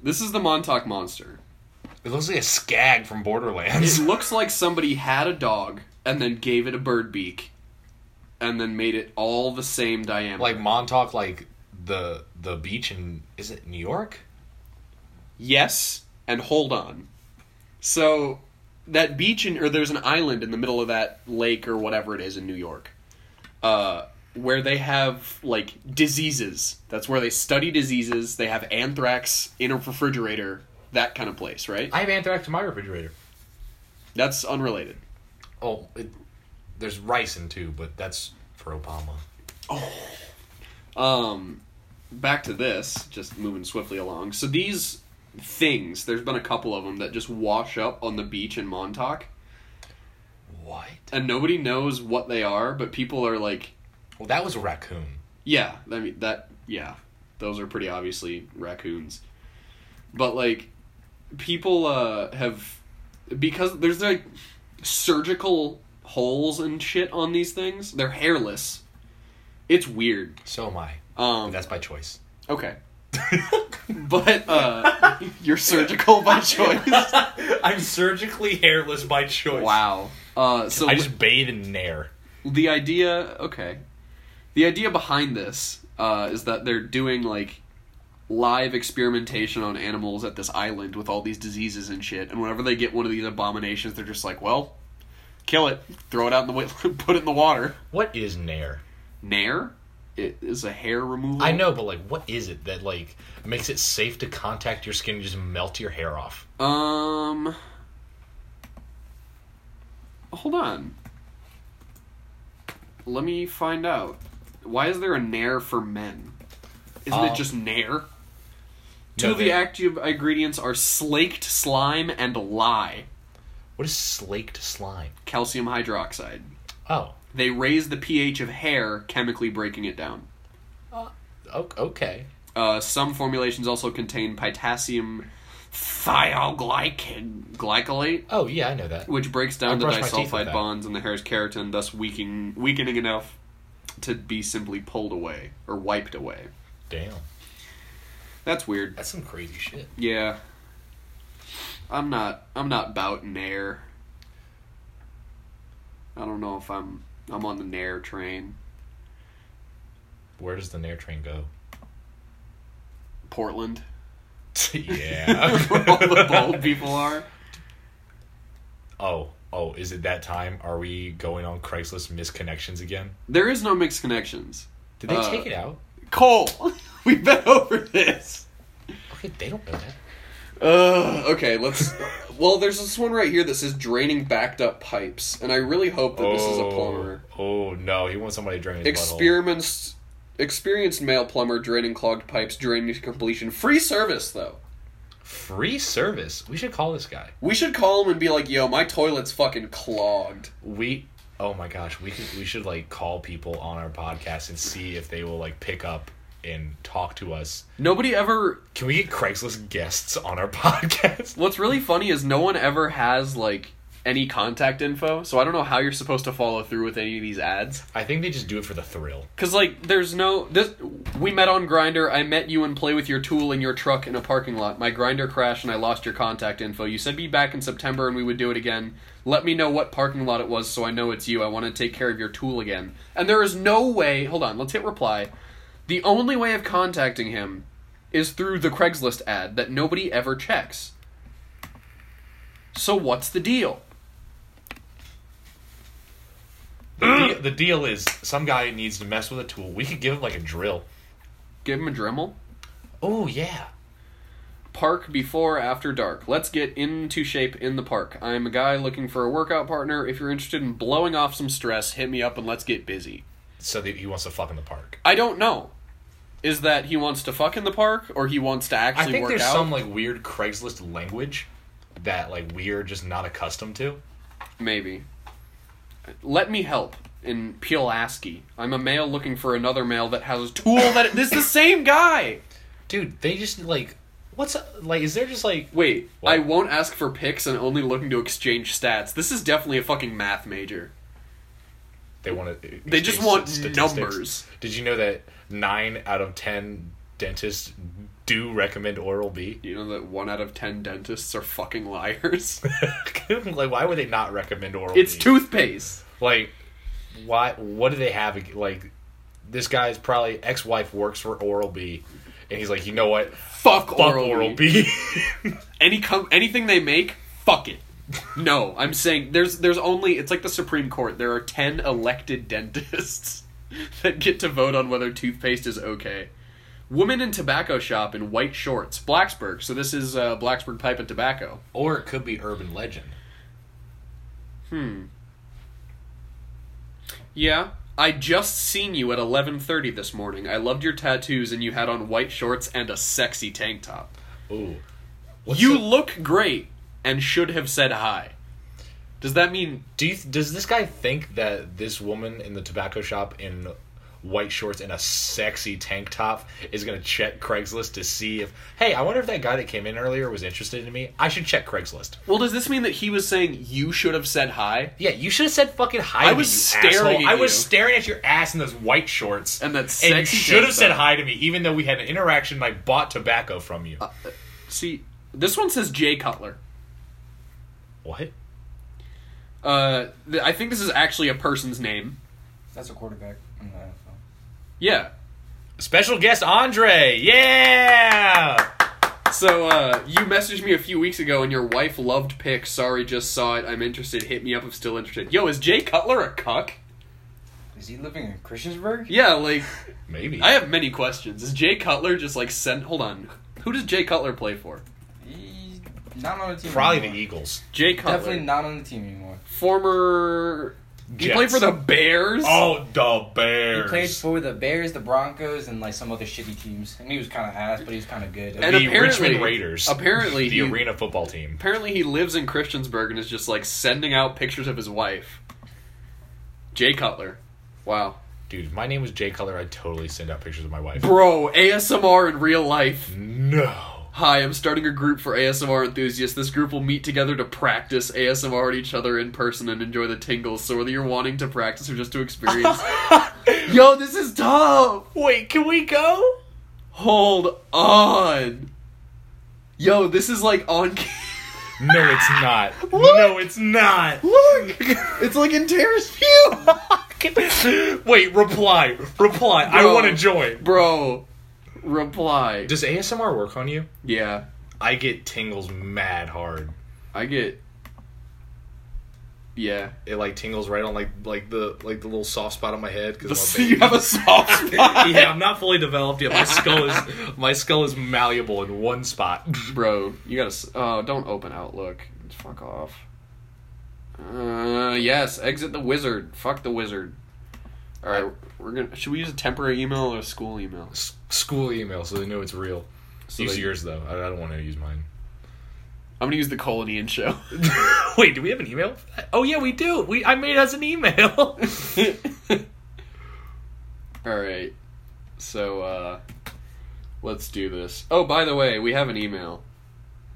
[SPEAKER 2] This is the Montauk Monster.
[SPEAKER 1] It looks like a skag from Borderlands.
[SPEAKER 2] It looks like somebody had a dog and then gave it a bird beak, and then made it all the same diameter.
[SPEAKER 1] *laughs* like Montauk, like the the beach in is it New York?
[SPEAKER 2] yes, and hold on. So that beach in, or there's an island in the middle of that lake or whatever it is in New York. uh, where they have like diseases. That's where they study diseases. They have anthrax in a refrigerator, that kind of place, right?
[SPEAKER 1] I have anthrax in my refrigerator.
[SPEAKER 2] That's unrelated.
[SPEAKER 1] Oh, it, there's rice in too, but that's for Obama.
[SPEAKER 2] Um, back to this, just moving swiftly along. So these things, there's been a couple of them that just wash up on the beach in Montauk,
[SPEAKER 1] What?
[SPEAKER 2] and nobody knows what they are, but people are like,
[SPEAKER 1] Well, that was a raccoon.
[SPEAKER 2] yeah, I mean that, yeah. Those are pretty obviously raccoons. But like people uh have because there's like surgical holes and shit on these things. They're hairless. It's weird.
[SPEAKER 1] So am I.
[SPEAKER 2] Um
[SPEAKER 1] And that's by choice.
[SPEAKER 2] okay. but uh you're surgical
[SPEAKER 1] *laughs*
[SPEAKER 2] by choice.
[SPEAKER 1] *laughs* I'm surgically hairless by choice.
[SPEAKER 2] Wow. Uh so
[SPEAKER 1] I just bathe in nair.
[SPEAKER 2] the idea okay the idea behind this uh, is that they're doing like live experimentation on animals at this island with all these diseases and shit and whenever they get one of these abominations they're just like well kill it throw it out in the wa- *laughs* put it in the water
[SPEAKER 1] What is nair?
[SPEAKER 2] nair it is a hair removal
[SPEAKER 1] I know, but like, what is it that like makes it safe to contact your skin and just melt your hair off?
[SPEAKER 2] um hold on let me find out why is there a nair for men isn't it
[SPEAKER 1] Um,
[SPEAKER 2] just nair Two
[SPEAKER 1] No,
[SPEAKER 2] of the
[SPEAKER 1] they-
[SPEAKER 2] active ingredients are slaked slime and lye,
[SPEAKER 1] What is slaked slime?
[SPEAKER 2] calcium hydroxide.
[SPEAKER 1] Oh,
[SPEAKER 2] They raise the pH of hair, chemically breaking it down.
[SPEAKER 1] o- okay.
[SPEAKER 2] Uh, some formulations also contain potassium thioglycolate,
[SPEAKER 1] Oh yeah, I know that.
[SPEAKER 2] which breaks down
[SPEAKER 1] I
[SPEAKER 2] the
[SPEAKER 1] brush my teeth with
[SPEAKER 2] disulfide
[SPEAKER 1] that.
[SPEAKER 2] bonds in the hair's keratin, thus weakening, weakening enough to be simply pulled away or wiped away.
[SPEAKER 1] Damn,
[SPEAKER 2] That's weird.
[SPEAKER 1] that's some crazy shit.
[SPEAKER 2] Yeah. I'm not I'm not bout Nair. I don't know if I'm I'm on the Nair train.
[SPEAKER 1] Where does the nair train go? *laughs*
[SPEAKER 2] Portland. *laughs* Where all the bald
[SPEAKER 1] yeah. *laughs*
[SPEAKER 2] people are.
[SPEAKER 1] oh, oh, is it that time? Are we going on Craigslist misconnections again?
[SPEAKER 2] There is no mixed connections.
[SPEAKER 1] Did they
[SPEAKER 2] Uh,
[SPEAKER 1] take it out?
[SPEAKER 2] Cole, *laughs* we've been over this.
[SPEAKER 1] Okay, they don't know that.
[SPEAKER 2] Uh, okay, let's. Well, there's this one right here that says draining backed up pipes, and I really hope that this is a plumber.
[SPEAKER 1] Oh no, he wants somebody to drain his butthole.
[SPEAKER 2] Experiments, experienced male plumber draining clogged pipes, draining to completion. Free service though.
[SPEAKER 1] Free service. We should call this guy.
[SPEAKER 2] We should call him and be like, "Yo, my toilet's fucking clogged."
[SPEAKER 1] We. Oh my gosh, we could, we should like call people on our podcast and see if they will like pick up and talk to us.
[SPEAKER 2] Nobody ever.
[SPEAKER 1] Can we get Craigslist guests on our *laughs* podcast?
[SPEAKER 2] What's really funny is no one ever has like any contact info, so I don't know how you're supposed to follow through with any of these ads.
[SPEAKER 1] I think they just do it for the thrill.
[SPEAKER 2] Cause like, there's no this. We met on Grinder. I met you and play with your tool in your truck in a parking lot. My Grinder crashed and I lost your contact info. You said be back in September and we would do it again. Let me know what parking lot it was so I know it's you. I want to take care of your tool again. And there is no way. Hold on. Let's hit reply. The only way of contacting him is through the Craigslist ad that nobody ever checks. So what's the deal? Mm.
[SPEAKER 1] The, de- the deal is some guy needs to mess with a tool. We could give him like a drill.
[SPEAKER 2] Give him a Dremel.
[SPEAKER 1] Oh yeah.
[SPEAKER 2] Park before after dark. Let's get into shape in the park. I'm a guy looking for a workout partner. If you're interested in blowing off some stress, hit me up and let's get busy.
[SPEAKER 1] So that he wants to fuck in the park.
[SPEAKER 2] I don't know. Is that he wants to fuck in the park or he wants to
[SPEAKER 1] I
[SPEAKER 2] actually
[SPEAKER 1] think
[SPEAKER 2] work
[SPEAKER 1] there's
[SPEAKER 2] out?
[SPEAKER 1] some like weird Craigslist language that like we're just not accustomed to.
[SPEAKER 2] Maybe. Let me help in Pulaski. I'm a male looking for another male that has a tool that this is the same guy.
[SPEAKER 1] Dude, they just like what's like is there just like
[SPEAKER 2] Wait,
[SPEAKER 1] What?
[SPEAKER 2] I won't ask for picks and only looking to exchange stats. This is definitely a fucking math major.
[SPEAKER 1] they want to
[SPEAKER 2] They just want numbers.
[SPEAKER 1] Did you know that 9 out of 10 dentists do recommend Oral B? *laughs*
[SPEAKER 2] You know that one out of ten dentists are fucking *laughs* liars.
[SPEAKER 1] like why would they not recommend Oral
[SPEAKER 2] it's
[SPEAKER 1] B?
[SPEAKER 2] toothpaste.
[SPEAKER 1] like why what do they have ag- like this guy's probably ex-wife works for oral b and he's like you know what
[SPEAKER 2] Fuck,
[SPEAKER 1] fuck
[SPEAKER 2] Oral-B.
[SPEAKER 1] oral b *laughs*
[SPEAKER 2] Any com- anything they make, fuck it. No, I'm saying there's there's only it's like the Supreme Court. There are ten elected dentists *laughs* that get to vote on whether toothpaste is okay. Woman in tobacco shop in white shorts, Blacksburg. So this is uh, Blacksburg pipe and tobacco.
[SPEAKER 1] or it could be urban legend
[SPEAKER 2] Yeah. I just seen you at 11:30 this morning. I loved your tattoos and you had on white shorts and a sexy tank top.
[SPEAKER 1] ooh
[SPEAKER 2] you
[SPEAKER 1] the-
[SPEAKER 2] look great and should have said hi. Does that mean
[SPEAKER 1] do you, does this guy think that this woman in the tobacco shop in white shorts and a sexy tank top is going to check Craigslist to see if, hey, I wonder if that guy that came in earlier was interested in me. I should check Craigslist.
[SPEAKER 2] Well, does this mean that he was saying you should have said hi?
[SPEAKER 1] Yeah, you should have said fucking hi. I to
[SPEAKER 2] was
[SPEAKER 1] me, you
[SPEAKER 2] staring
[SPEAKER 1] asshole.
[SPEAKER 2] at
[SPEAKER 1] I was
[SPEAKER 2] you.
[SPEAKER 1] staring at your ass in those white shorts,
[SPEAKER 2] And that
[SPEAKER 1] and you
[SPEAKER 2] sexy
[SPEAKER 1] should have
[SPEAKER 2] tank
[SPEAKER 1] said
[SPEAKER 2] top.
[SPEAKER 1] hi to me, even though we had an interaction. and I bought tobacco from you.
[SPEAKER 2] Uh, See, this one says Jay Cutler.
[SPEAKER 1] what?
[SPEAKER 2] Uh, th- I think this is actually a person's name.
[SPEAKER 4] That's a quarterback in the NFL.
[SPEAKER 2] Yeah.
[SPEAKER 1] Special guest Andre. Yeah.
[SPEAKER 2] So uh, you messaged me a few weeks ago, and your wife loved pick. Sorry, just saw it. I'm interested. Hit me up if still interested. Yo, is Jay Cutler a cuck?
[SPEAKER 4] Is he living in Christiansburg?
[SPEAKER 2] Yeah, like
[SPEAKER 1] Maybe.
[SPEAKER 2] I have many questions. Is Jay Cutler just like sent? Hold on. Who does Jay Cutler play for?
[SPEAKER 4] He's not on the team.
[SPEAKER 1] Probably the
[SPEAKER 4] anymore.
[SPEAKER 1] Eagles.
[SPEAKER 2] Jay Cutler,
[SPEAKER 4] Definitely not on the team anymore.
[SPEAKER 2] former. He played
[SPEAKER 1] Jets.
[SPEAKER 2] for the Bears.
[SPEAKER 1] Oh, the
[SPEAKER 4] He
[SPEAKER 1] Bears.
[SPEAKER 4] played for the Bears, the Broncos, and like some other shitty teams. And he was kind of ass, but he was kind of good.
[SPEAKER 2] And
[SPEAKER 1] the
[SPEAKER 2] apparently-
[SPEAKER 1] Richmond Raiders.
[SPEAKER 2] apparently
[SPEAKER 1] the
[SPEAKER 2] he-
[SPEAKER 1] arena football team.
[SPEAKER 2] Apparently, he lives in Christiansburg and is just like sending out pictures of his wife. Jay Cutler. Wow.
[SPEAKER 1] Dude, if my name was Jay Cutler. I'd totally send out pictures of my wife.
[SPEAKER 2] Bro, ASMR in real life.
[SPEAKER 1] No.
[SPEAKER 2] Hi, I'm starting a group for ASMR enthusiasts. This group will meet together to practice ASMR at each other in person and enjoy the tingles. So whether you're wanting to practice or just to
[SPEAKER 1] *laughs*
[SPEAKER 2] experience, yo, this is tough.
[SPEAKER 1] Wait, can we go?
[SPEAKER 2] Hold on. Yo, this is like on. *laughs* ca-
[SPEAKER 1] No, it's not.
[SPEAKER 2] *laughs* What?
[SPEAKER 1] No, it's not.
[SPEAKER 2] Look, it's like in Terrace View,
[SPEAKER 1] *laughs* Wait, reply. Reply. I
[SPEAKER 2] Bro.
[SPEAKER 1] want to join.
[SPEAKER 2] bro. Reply.
[SPEAKER 1] Does ASMR work on you?
[SPEAKER 2] yeah,
[SPEAKER 1] I get tingles mad hard.
[SPEAKER 2] I get. Yeah.
[SPEAKER 1] It like tingles right on like like the like the little soft spot on my head
[SPEAKER 2] *laughs*
[SPEAKER 1] because
[SPEAKER 2] you have a soft spot,
[SPEAKER 1] yeah, I'm not fully developed yet. My skull is my skull is malleable in one spot. *laughs*
[SPEAKER 2] bro. You gotta. s- Oh, don't open Outlook. Fuck off. Uh, yes. Exit the wizard. Fuck the wizard. All right, we're gonna. Should we use a temporary email or a school email?
[SPEAKER 1] S- School email, so they know it's real.
[SPEAKER 2] So
[SPEAKER 1] use
[SPEAKER 2] they-
[SPEAKER 1] yours though. I, I don't want to
[SPEAKER 2] *laughs*
[SPEAKER 1] use mine.
[SPEAKER 2] I'm gonna use the Colonian show.
[SPEAKER 1] Wait, do we have an email? for that? Oh yeah, we do. We I made us
[SPEAKER 2] *laughs*
[SPEAKER 1] an email.
[SPEAKER 2] All right. So uh let's do this. Oh, by the way, we have an email.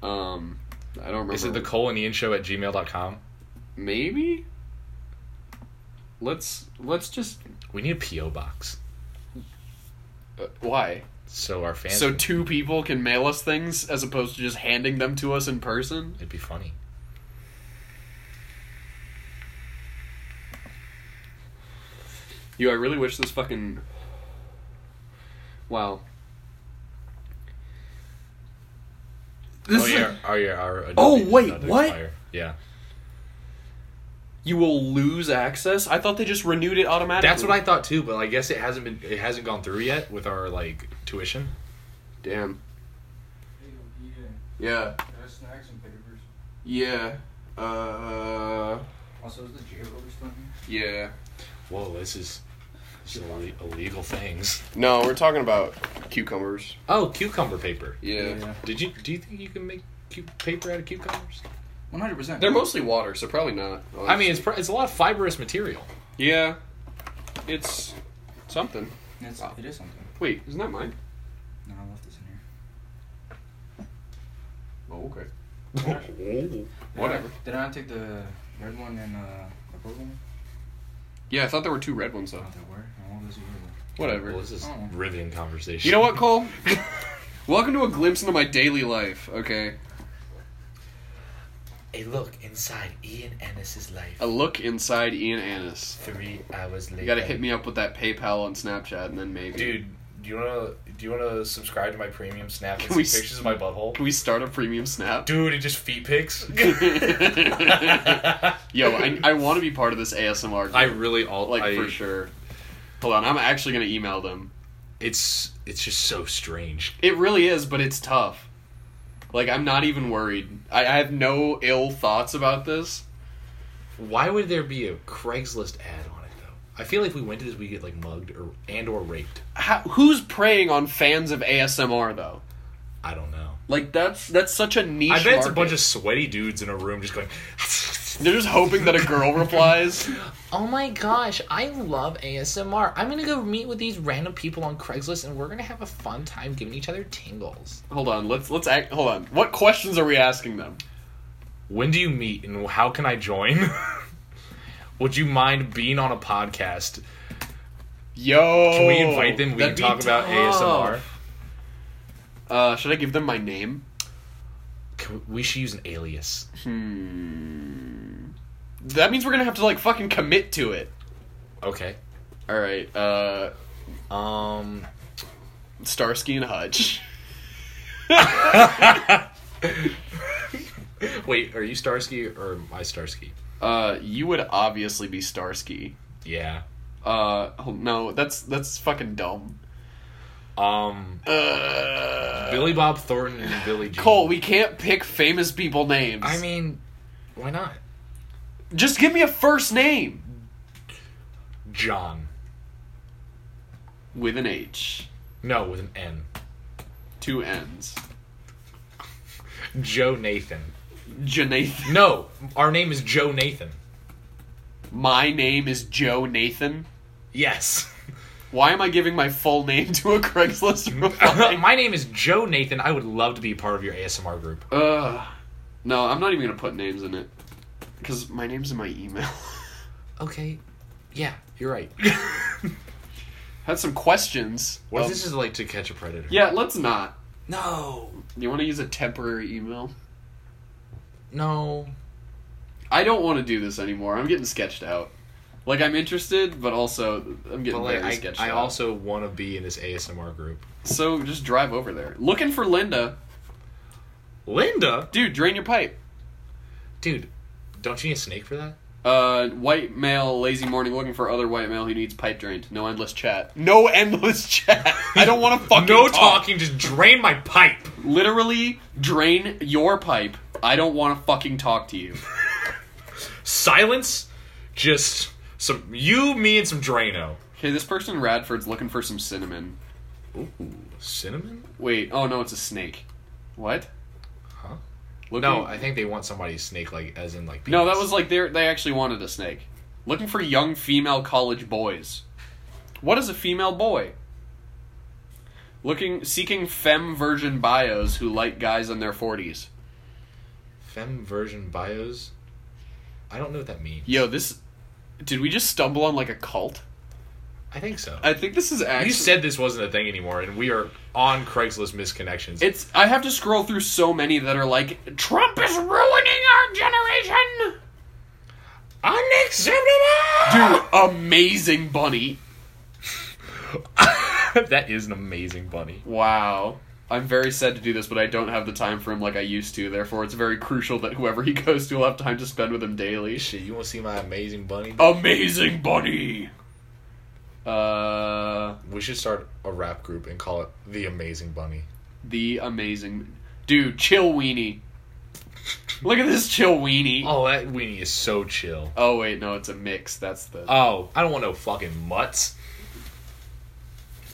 [SPEAKER 2] Um I don't remember.
[SPEAKER 1] is it the colonian show at gmail.com?
[SPEAKER 2] maybe? Let's let's just
[SPEAKER 1] We need a PO box.
[SPEAKER 2] uh, why?
[SPEAKER 1] So our fans
[SPEAKER 2] So two people can mail us things as opposed to just handing them to us in person?
[SPEAKER 1] it'd be funny.
[SPEAKER 2] Yo, I really wish this fucking Wow. This
[SPEAKER 1] oh
[SPEAKER 2] is-
[SPEAKER 1] yeah, oh yeah, our Adobe
[SPEAKER 2] Oh,
[SPEAKER 1] does
[SPEAKER 2] wait,
[SPEAKER 1] not
[SPEAKER 2] what?
[SPEAKER 1] expire. Yeah.
[SPEAKER 2] you will lose access. I thought they just renewed it automatically.
[SPEAKER 1] That's what I thought too, but I guess it hasn't been it hasn't gone through yet with our like tuition.
[SPEAKER 2] Damn. Yeah.
[SPEAKER 4] snacks and papers.
[SPEAKER 2] Yeah. Uh.
[SPEAKER 4] Also, Oh, is the jailbird still
[SPEAKER 2] Yeah.
[SPEAKER 1] Whoa, this is, this is ille- illegal things.
[SPEAKER 2] No, we're talking about cucumbers.
[SPEAKER 1] Oh, cucumber paper.
[SPEAKER 2] Yeah.
[SPEAKER 1] Did you do you think you can make cu- paper out of cucumbers?
[SPEAKER 4] One hundred percent.
[SPEAKER 2] They're mostly water, so probably not.
[SPEAKER 1] I mean, it's pr- it's a lot of fibrous material.
[SPEAKER 2] yeah. It's something.
[SPEAKER 4] It's, it is something.
[SPEAKER 2] Wait, isn't that mine?
[SPEAKER 4] No, I left this in here.
[SPEAKER 2] Oh, okay.
[SPEAKER 4] Did I-
[SPEAKER 2] Whatever.
[SPEAKER 4] Did I not take the red one and uh, the purple one?
[SPEAKER 2] Yeah, I thought there were two red ones
[SPEAKER 4] Oh,
[SPEAKER 2] though.
[SPEAKER 4] there were. No, what was the red one?
[SPEAKER 1] Well,
[SPEAKER 2] Whatever.
[SPEAKER 1] this is
[SPEAKER 4] Oh.
[SPEAKER 1] riveting conversation.
[SPEAKER 2] You know what, *laughs* Cole? Welcome to a glimpse into my daily life. Okay,
[SPEAKER 1] A look inside Ian Ennis's life.
[SPEAKER 2] a look inside Ian Annis.
[SPEAKER 1] Three hours later.
[SPEAKER 2] You gotta hit me up with that PayPal on Snapchat, and then maybe.
[SPEAKER 1] dude. Do you wanna do you wanna subscribe to my premium snap and
[SPEAKER 2] Can we
[SPEAKER 1] see
[SPEAKER 2] s-
[SPEAKER 1] pictures of my butthole?
[SPEAKER 2] can we start a premium snap?
[SPEAKER 1] Dude, it just feet *laughs* pics.
[SPEAKER 2] Yo, I, I want to be part of this ASMR. Group,
[SPEAKER 1] I really all
[SPEAKER 2] like for sure. Hold on, I'm actually gonna email them.
[SPEAKER 1] It's it's just so strange.
[SPEAKER 2] It really is, but it's tough. Like I'm not even worried. I, I have no ill thoughts about this.
[SPEAKER 1] Why would there be a Craigslist ad on it though? I feel like if we went to this, we get like mugged or and or raped.
[SPEAKER 2] How, who's preying on fans of ASMR though?
[SPEAKER 1] I don't know.
[SPEAKER 2] Like that's that's such a niche.
[SPEAKER 1] I bet it's a
[SPEAKER 2] market.
[SPEAKER 1] bunch of sweaty dudes in a room just going.
[SPEAKER 2] They're just hoping that a girl replies.
[SPEAKER 5] Oh my gosh, I love ASMR. I'm gonna go meet with these random people on Craigslist and we're gonna have a fun time giving each other tingles.
[SPEAKER 2] Hold on, let's let's act. Hold on. What questions are we asking them?
[SPEAKER 1] When do you meet and how can I join? *laughs* Would you mind being on a podcast?
[SPEAKER 2] Yo,
[SPEAKER 1] Can we invite them? We can
[SPEAKER 2] that'd be
[SPEAKER 1] talk about
[SPEAKER 2] tough.
[SPEAKER 1] ASMR.
[SPEAKER 2] Uh, should I give them my name?
[SPEAKER 1] Can we, we should use an alias.
[SPEAKER 2] Hmm. That means we're gonna have to like fucking commit to it.
[SPEAKER 1] Okay.
[SPEAKER 2] All right. Uh,
[SPEAKER 1] Um.
[SPEAKER 2] Starsky and Hutch. *laughs*
[SPEAKER 1] Wait, are you Starsky or am I Starsky?
[SPEAKER 2] Uh, you would obviously be Starsky.
[SPEAKER 1] Yeah.
[SPEAKER 2] Uh, hold- no, that's that's fucking dumb.
[SPEAKER 1] Um.
[SPEAKER 2] Uh,
[SPEAKER 1] Billy Bob Thornton and Billy Jean.
[SPEAKER 2] Cole, we can't pick famous people names.
[SPEAKER 1] I mean, why not?
[SPEAKER 2] just give me a first name
[SPEAKER 1] John.
[SPEAKER 2] with an H,
[SPEAKER 1] No, with an N.
[SPEAKER 2] two N's.
[SPEAKER 1] Joe Nathan.
[SPEAKER 2] Janathan.
[SPEAKER 1] No, our name is Joe Nathan.
[SPEAKER 2] My name is Joe Nathan.
[SPEAKER 1] *laughs* Yes.
[SPEAKER 2] Why am I giving my full name to a
[SPEAKER 1] *laughs*
[SPEAKER 2] Craigslist reply?
[SPEAKER 1] Uh, My name is Joe Nathan. I would love to be part of your ASMR group.
[SPEAKER 2] Ugh. No, I'm not even gonna put names in it because my name's in my email. *laughs*
[SPEAKER 5] Okay, yeah.
[SPEAKER 1] You're *laughs* right.
[SPEAKER 2] Had some questions.
[SPEAKER 1] what
[SPEAKER 2] Um,
[SPEAKER 1] if this is like to catch a predator?
[SPEAKER 2] Yeah, let's not.
[SPEAKER 5] No,
[SPEAKER 2] You want to use a temporary email?
[SPEAKER 5] no.
[SPEAKER 2] I don't want to do this anymore. I'm getting sketched out. Like I'm interested, but also I'm getting
[SPEAKER 1] But like,
[SPEAKER 2] very
[SPEAKER 1] I,
[SPEAKER 2] sketched
[SPEAKER 1] I
[SPEAKER 2] out.
[SPEAKER 1] also want to be in this ASMR group.
[SPEAKER 2] so just drive over there. Looking for Linda,
[SPEAKER 1] Linda,
[SPEAKER 2] dude. Drain your pipe.
[SPEAKER 1] dude, don't you need a snake for that?
[SPEAKER 2] Uh, white male, lazy morning, looking for other white male who needs pipe drained. No endless chat. No endless chat. *laughs* I don't
[SPEAKER 1] *laughs*
[SPEAKER 2] want to fucking
[SPEAKER 1] no
[SPEAKER 2] talk.
[SPEAKER 1] talking. Just drain my pipe.
[SPEAKER 2] Literally, drain your pipe. I don't want to fucking talk to you.
[SPEAKER 1] Silence. Just some you, me, and some Drano.
[SPEAKER 2] Okay, this person in Radford's looking for some cinnamon.
[SPEAKER 1] Ooh, cinnamon?
[SPEAKER 2] Wait, oh no, it's a snake. What?
[SPEAKER 1] Huh?
[SPEAKER 2] Looking-
[SPEAKER 1] No, I think they want somebody's snake, like as in like.
[SPEAKER 2] No, that
[SPEAKER 1] penis.
[SPEAKER 2] was like they they actually wanted a snake. Looking for young female college boys. What is a female boy? Looking seeking femme virgin bios who like guys in their 40s.
[SPEAKER 1] Fem version bios. I don't know what that means.
[SPEAKER 2] Yo, this did we just stumble on like a cult?
[SPEAKER 1] I think so.
[SPEAKER 2] I think this is actually
[SPEAKER 1] you said this wasn't a thing anymore, and we are on Craigslist misconnections.
[SPEAKER 2] it's I have to scroll through so many that are like Trump is ruining our generation.
[SPEAKER 1] Unacceptable!
[SPEAKER 2] Dude, amazing bunny.
[SPEAKER 1] *laughs* Dude, that is an amazing bunny.
[SPEAKER 2] Wow. I'm very sad to do this, but I don't have the time for him like I used to. Therefore, it's very crucial that whoever he *laughs* goes to will have time to spend with him daily.
[SPEAKER 1] Shit, you want to see my amazing bunny?
[SPEAKER 2] Amazing bunny. Uh,
[SPEAKER 1] We should start a rap group and call it The Amazing Bunny.
[SPEAKER 2] the amazing dude, chill weenie. Look at this chill weenie.
[SPEAKER 1] Oh, that weenie is so chill.
[SPEAKER 2] Oh wait, no, it's a mix. That's the
[SPEAKER 1] Oh, I don't want no fucking mutts.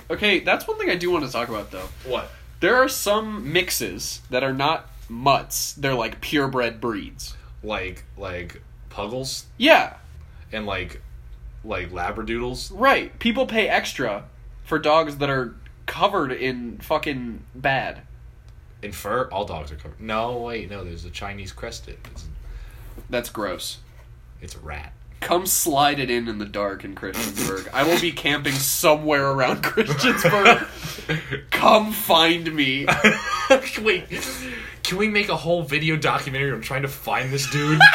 [SPEAKER 2] okay. That's one thing I do want to talk about though.
[SPEAKER 1] What?
[SPEAKER 2] There are some mixes that are not mutts. They're like purebred breeds.
[SPEAKER 1] Like, like puggles
[SPEAKER 2] Yeah,
[SPEAKER 1] and like, like labradoodles.
[SPEAKER 2] Right. People pay extra for dogs that are covered in fucking bad.
[SPEAKER 1] In fur, all dogs are covered. No, wait, no. There's a Chinese crested. It's,
[SPEAKER 2] That's gross.
[SPEAKER 1] it's a rat.
[SPEAKER 2] Come slide it in in the dark in Christiansburg. I will be camping somewhere around *laughs* Christiansburg. Come find me.
[SPEAKER 1] *laughs* Wait, can we make a whole video documentary on trying to find this dude?
[SPEAKER 2] *laughs*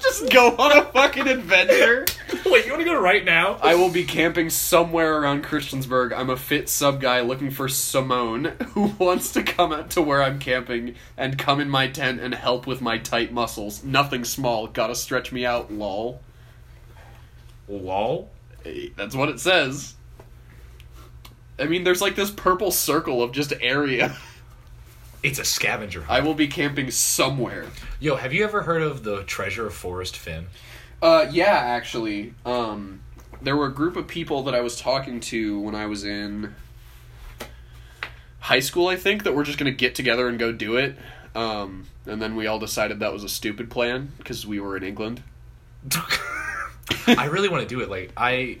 [SPEAKER 2] Just go on a fucking adventure.
[SPEAKER 1] *laughs* Wait, you want to go right now?
[SPEAKER 2] I will be camping somewhere around Christiansburg. I'm a fit sub guy looking for Simone *laughs* who wants to come out to where I'm camping and come in my tent and help with my tight muscles. Nothing small. Gotta stretch me out, lol.
[SPEAKER 1] Lol.
[SPEAKER 2] Hey, That's what it says. I mean, there's like this purple circle of just area. *laughs*
[SPEAKER 1] It's a scavenger hunt.
[SPEAKER 2] I will be camping somewhere.
[SPEAKER 1] Yo, have you ever heard of the Treasure of Forest *laughs* Finn?
[SPEAKER 2] Uh, yeah, actually, um, there were a group of people that I was talking to when I was in high school, I think, that were just gonna get together and go do it. Um, and then we all decided that was a stupid plan because we were in England.
[SPEAKER 1] I really want to do it. Like I,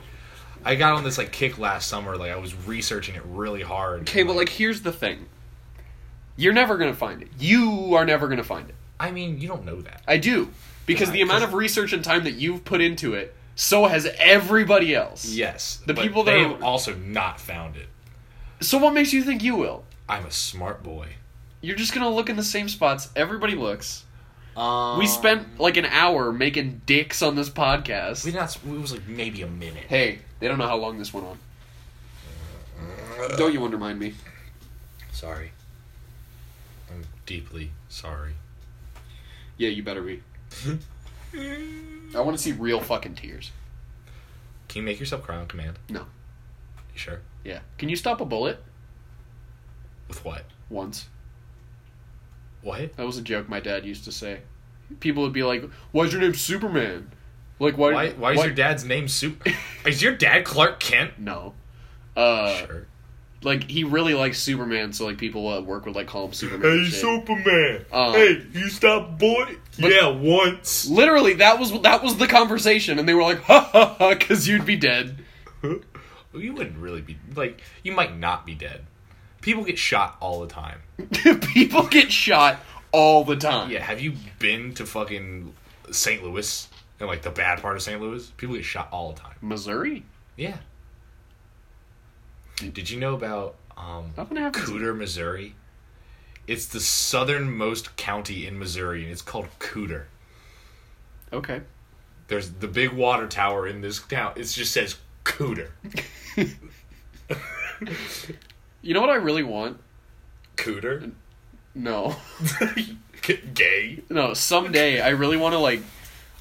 [SPEAKER 1] I got on this like kick last summer. Like I was researching it really hard.
[SPEAKER 2] Okay, but like here's the thing. You're never gonna find it. You are never gonna find it.
[SPEAKER 1] I mean, you don't know that.
[SPEAKER 2] I do. Because the amount of research and time that you've put into it, so has everybody else.
[SPEAKER 1] Yes,
[SPEAKER 2] The
[SPEAKER 1] but
[SPEAKER 2] people that
[SPEAKER 1] they
[SPEAKER 2] are-
[SPEAKER 1] have also not found it.
[SPEAKER 2] So what makes you think you will?
[SPEAKER 1] I'm a smart boy.
[SPEAKER 2] You're just gonna look in the same spots everybody looks.
[SPEAKER 1] Um,
[SPEAKER 2] We spent like an hour making dicks on this podcast.
[SPEAKER 1] We did not. sp- It was like maybe a minute.
[SPEAKER 2] Hey, they don't know how long this went on. Don't you undermine me.
[SPEAKER 1] Sorry. I'm deeply sorry.
[SPEAKER 2] Yeah, you better be. I want to see real fucking tears.
[SPEAKER 1] Can you make yourself cry on command?
[SPEAKER 2] No.
[SPEAKER 1] You sure?
[SPEAKER 2] Yeah. Can you stop a bullet?
[SPEAKER 1] With what?
[SPEAKER 2] Once.
[SPEAKER 1] What?
[SPEAKER 2] That was a joke my dad used to say. People would be like, "Why's your name Superman?" Like, why?
[SPEAKER 1] Why? Why is your dad's
[SPEAKER 2] *laughs*
[SPEAKER 1] name Super? is your dad Clark Kent?
[SPEAKER 2] No. Uh,
[SPEAKER 1] sure.
[SPEAKER 2] like he really likes Superman, so like people at work would like call him Superman. and
[SPEAKER 1] Hey,
[SPEAKER 2] shit.
[SPEAKER 1] Superman!
[SPEAKER 2] Um,
[SPEAKER 1] hey, you stop, boy! yeah, once.
[SPEAKER 2] Literally, that was that was the conversation, and they were like, "Ha ha ha," because you'd be dead.
[SPEAKER 1] You wouldn't really be like. You might not be dead. People get shot all the time.
[SPEAKER 2] *laughs* people get shot all the time.
[SPEAKER 1] Yeah, have you been to fucking St. Louis and like the bad part of St. Louis? People get shot all the time.
[SPEAKER 2] Missouri.
[SPEAKER 1] Yeah. Did you know about um,
[SPEAKER 2] Nothing happens.
[SPEAKER 1] Cooter, Missouri? It's the southernmost county in Missouri, and it's called Cooter.
[SPEAKER 2] Okay.
[SPEAKER 1] There's the big water tower in this town. It just says Cooter.
[SPEAKER 2] You know what I really want?
[SPEAKER 1] Cooter?
[SPEAKER 2] No. *laughs*
[SPEAKER 1] G- *laughs* Gay?
[SPEAKER 2] No, someday I really want to like,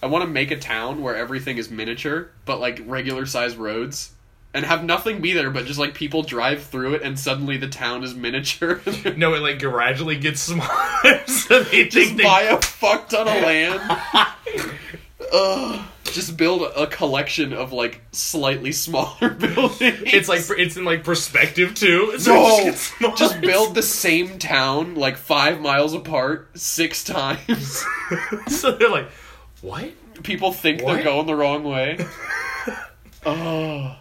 [SPEAKER 2] I want to make a town where everything is miniature, but like regular size roads, and have nothing be there but just like people drive through it, and suddenly the town is *laughs* miniature.
[SPEAKER 1] No, it like gradually gets smaller. *laughs* so they
[SPEAKER 2] just
[SPEAKER 1] think they-
[SPEAKER 2] buy a fuck ton of land. Ugh. Just build a collection of like slightly smaller *laughs* buildings.
[SPEAKER 1] it's like it's in like perspective too. So it
[SPEAKER 2] no,
[SPEAKER 1] just, gets smaller.
[SPEAKER 2] just build the same town like five miles apart six times. *laughs*
[SPEAKER 1] *laughs* so they're like, what?
[SPEAKER 2] people think
[SPEAKER 1] What?
[SPEAKER 2] they're going the wrong
[SPEAKER 1] *laughs*
[SPEAKER 2] way. oh.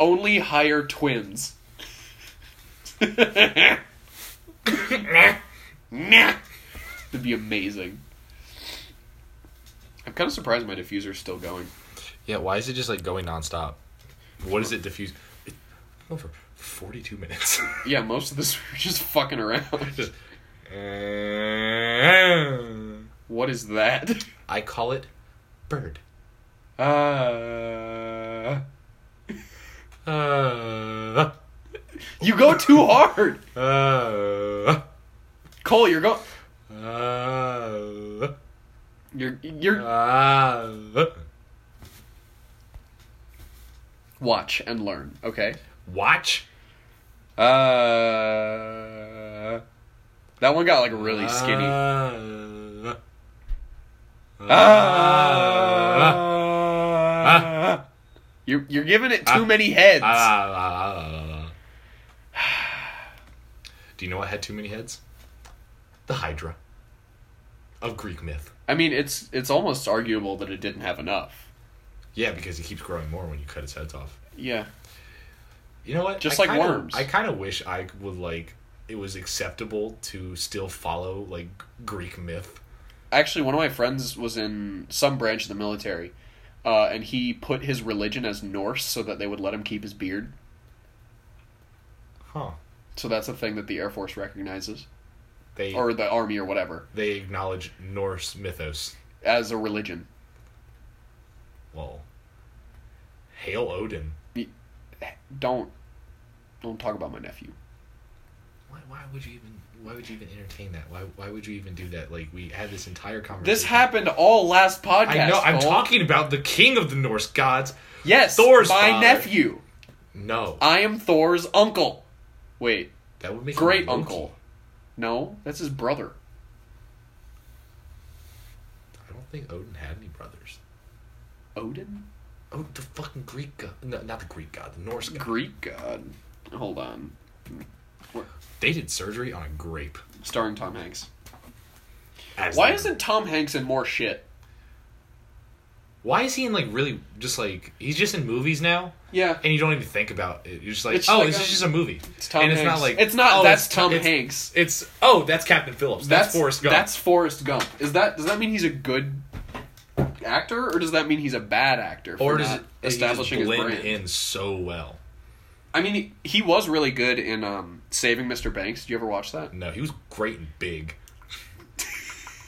[SPEAKER 2] Only hire twins. *laughs* That'd be amazing. I'm kind of surprised my diffuser's still going.
[SPEAKER 1] Yeah, why is it just like going nonstop? What is it diffuse? It went for forty-two minutes. *laughs*
[SPEAKER 2] Yeah, most *laughs* of this we're just fucking around. *laughs*
[SPEAKER 1] Just- I
[SPEAKER 2] What is that? *laughs*
[SPEAKER 1] call it bird.
[SPEAKER 2] Uh,
[SPEAKER 1] Uh,
[SPEAKER 2] you go too hard,
[SPEAKER 1] uh,
[SPEAKER 2] Cole. You're going.
[SPEAKER 1] uh,
[SPEAKER 2] You're you're.
[SPEAKER 1] uh.
[SPEAKER 2] Watch and learn. Okay.
[SPEAKER 1] Watch.
[SPEAKER 2] Uh, that one got like really skinny.
[SPEAKER 1] Uh,
[SPEAKER 2] Ah. you're you're giving it too
[SPEAKER 1] Ah.
[SPEAKER 2] many heads.
[SPEAKER 1] Ah. *sighs* Do you know what had too many heads? The Hydra of Greek myth.
[SPEAKER 2] I mean, it's it's almost arguable that it didn't have enough.
[SPEAKER 1] Yeah, because it keeps growing more when you cut its heads off.
[SPEAKER 2] Yeah.
[SPEAKER 1] You know what?
[SPEAKER 2] Just
[SPEAKER 1] I
[SPEAKER 2] like
[SPEAKER 1] kinda-
[SPEAKER 2] worms.
[SPEAKER 1] I kind of wish I would like it was acceptable to still follow like Greek myth.
[SPEAKER 2] Actually, one of my friends was in some branch of the military, uh, and he put his religion as Norse so that they would let him keep his beard.
[SPEAKER 1] Huh.
[SPEAKER 2] So that's a thing that the Air Force recognizes,
[SPEAKER 1] They
[SPEAKER 2] or the Army, or whatever,
[SPEAKER 1] they acknowledge Norse mythos.
[SPEAKER 2] as a religion.
[SPEAKER 1] Well, hail Odin.
[SPEAKER 2] Don't don't talk about my nephew.
[SPEAKER 1] Why, why would you even why would you even entertain that? Why why would you even do that? Like we had this entire conversation.
[SPEAKER 2] This happened all last podcast.
[SPEAKER 1] I know. I'm
[SPEAKER 2] Cole.
[SPEAKER 1] talking about the king of the Norse gods.
[SPEAKER 2] Yes,
[SPEAKER 1] Thor's
[SPEAKER 2] my
[SPEAKER 1] father.
[SPEAKER 2] nephew.
[SPEAKER 1] No,
[SPEAKER 2] I am Thor's uncle. Wait,
[SPEAKER 1] that would make him
[SPEAKER 2] great
[SPEAKER 1] Loki.
[SPEAKER 2] uncle. No, that's his brother.
[SPEAKER 1] I don't think Odin had any brothers.
[SPEAKER 2] Odin,
[SPEAKER 1] Oh, the fucking Greek god. No, not the Greek god. The Norse god.
[SPEAKER 2] Greek god. Hold on,
[SPEAKER 1] They did surgery on a grape.
[SPEAKER 2] starring Tom Hanks.
[SPEAKER 1] As
[SPEAKER 2] Why
[SPEAKER 1] like-
[SPEAKER 2] isn't Tom Hanks in more shit?
[SPEAKER 1] Why is he in like really just like he's just in movies now,
[SPEAKER 2] Yeah,
[SPEAKER 1] and you don't even think about it. You're just like,
[SPEAKER 2] It's just
[SPEAKER 1] oh,
[SPEAKER 2] like,
[SPEAKER 1] this
[SPEAKER 2] um,
[SPEAKER 1] is just a movie.
[SPEAKER 2] it's Tom
[SPEAKER 1] and
[SPEAKER 2] Hanks.
[SPEAKER 1] it's not like
[SPEAKER 2] it's not.
[SPEAKER 1] oh,
[SPEAKER 2] that's
[SPEAKER 1] it's Tom-
[SPEAKER 2] Tom
[SPEAKER 1] it's-
[SPEAKER 2] Hanks.
[SPEAKER 1] It's oh, that's Captain Phillips. That's, Forrest Gump.
[SPEAKER 2] That's Forrest Gump. Is that does that mean he's a good actor, or does that mean he's a bad actor? for
[SPEAKER 1] or does
[SPEAKER 2] not
[SPEAKER 1] it
[SPEAKER 2] establishing
[SPEAKER 1] he
[SPEAKER 2] his
[SPEAKER 1] just
[SPEAKER 2] brand?
[SPEAKER 1] blend in so well?
[SPEAKER 2] I mean, he, he was really good in um, Saving Mr. Banks. Did you ever watch that?
[SPEAKER 1] No, he was great and big.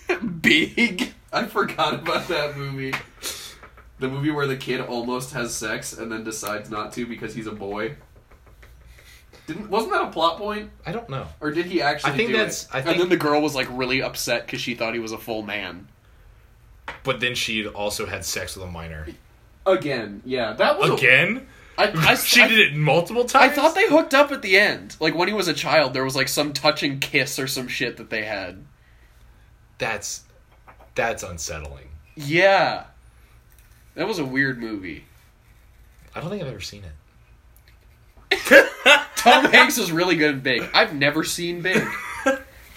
[SPEAKER 2] *laughs* Big. I forgot about that movie. The movie where the kid almost has sex and then decides not to because he's a boy. Didn't wasn't that a plot point,
[SPEAKER 1] I don't know.
[SPEAKER 2] or did he actually?
[SPEAKER 1] I think
[SPEAKER 2] do
[SPEAKER 1] that's-
[SPEAKER 2] It?
[SPEAKER 1] I
[SPEAKER 2] And
[SPEAKER 1] think-
[SPEAKER 2] then the girl was like really upset because she thought he was a full man.
[SPEAKER 1] But then she had also had sex with a minor
[SPEAKER 2] Again, yeah, that was a-
[SPEAKER 1] again. *laughs*
[SPEAKER 2] I, Oh. I,
[SPEAKER 1] she
[SPEAKER 2] I-
[SPEAKER 1] did it multiple
[SPEAKER 2] I
[SPEAKER 1] times.
[SPEAKER 2] thought they hooked up at the end. Like when he was a child, there was like some touching kiss or some shit that they had.
[SPEAKER 1] that's that's unsettling.
[SPEAKER 2] Yeah, that was a weird movie.
[SPEAKER 1] I don't think I've ever seen it. *laughs*
[SPEAKER 2] Tom Hanks is really good in Big. I've never seen Big.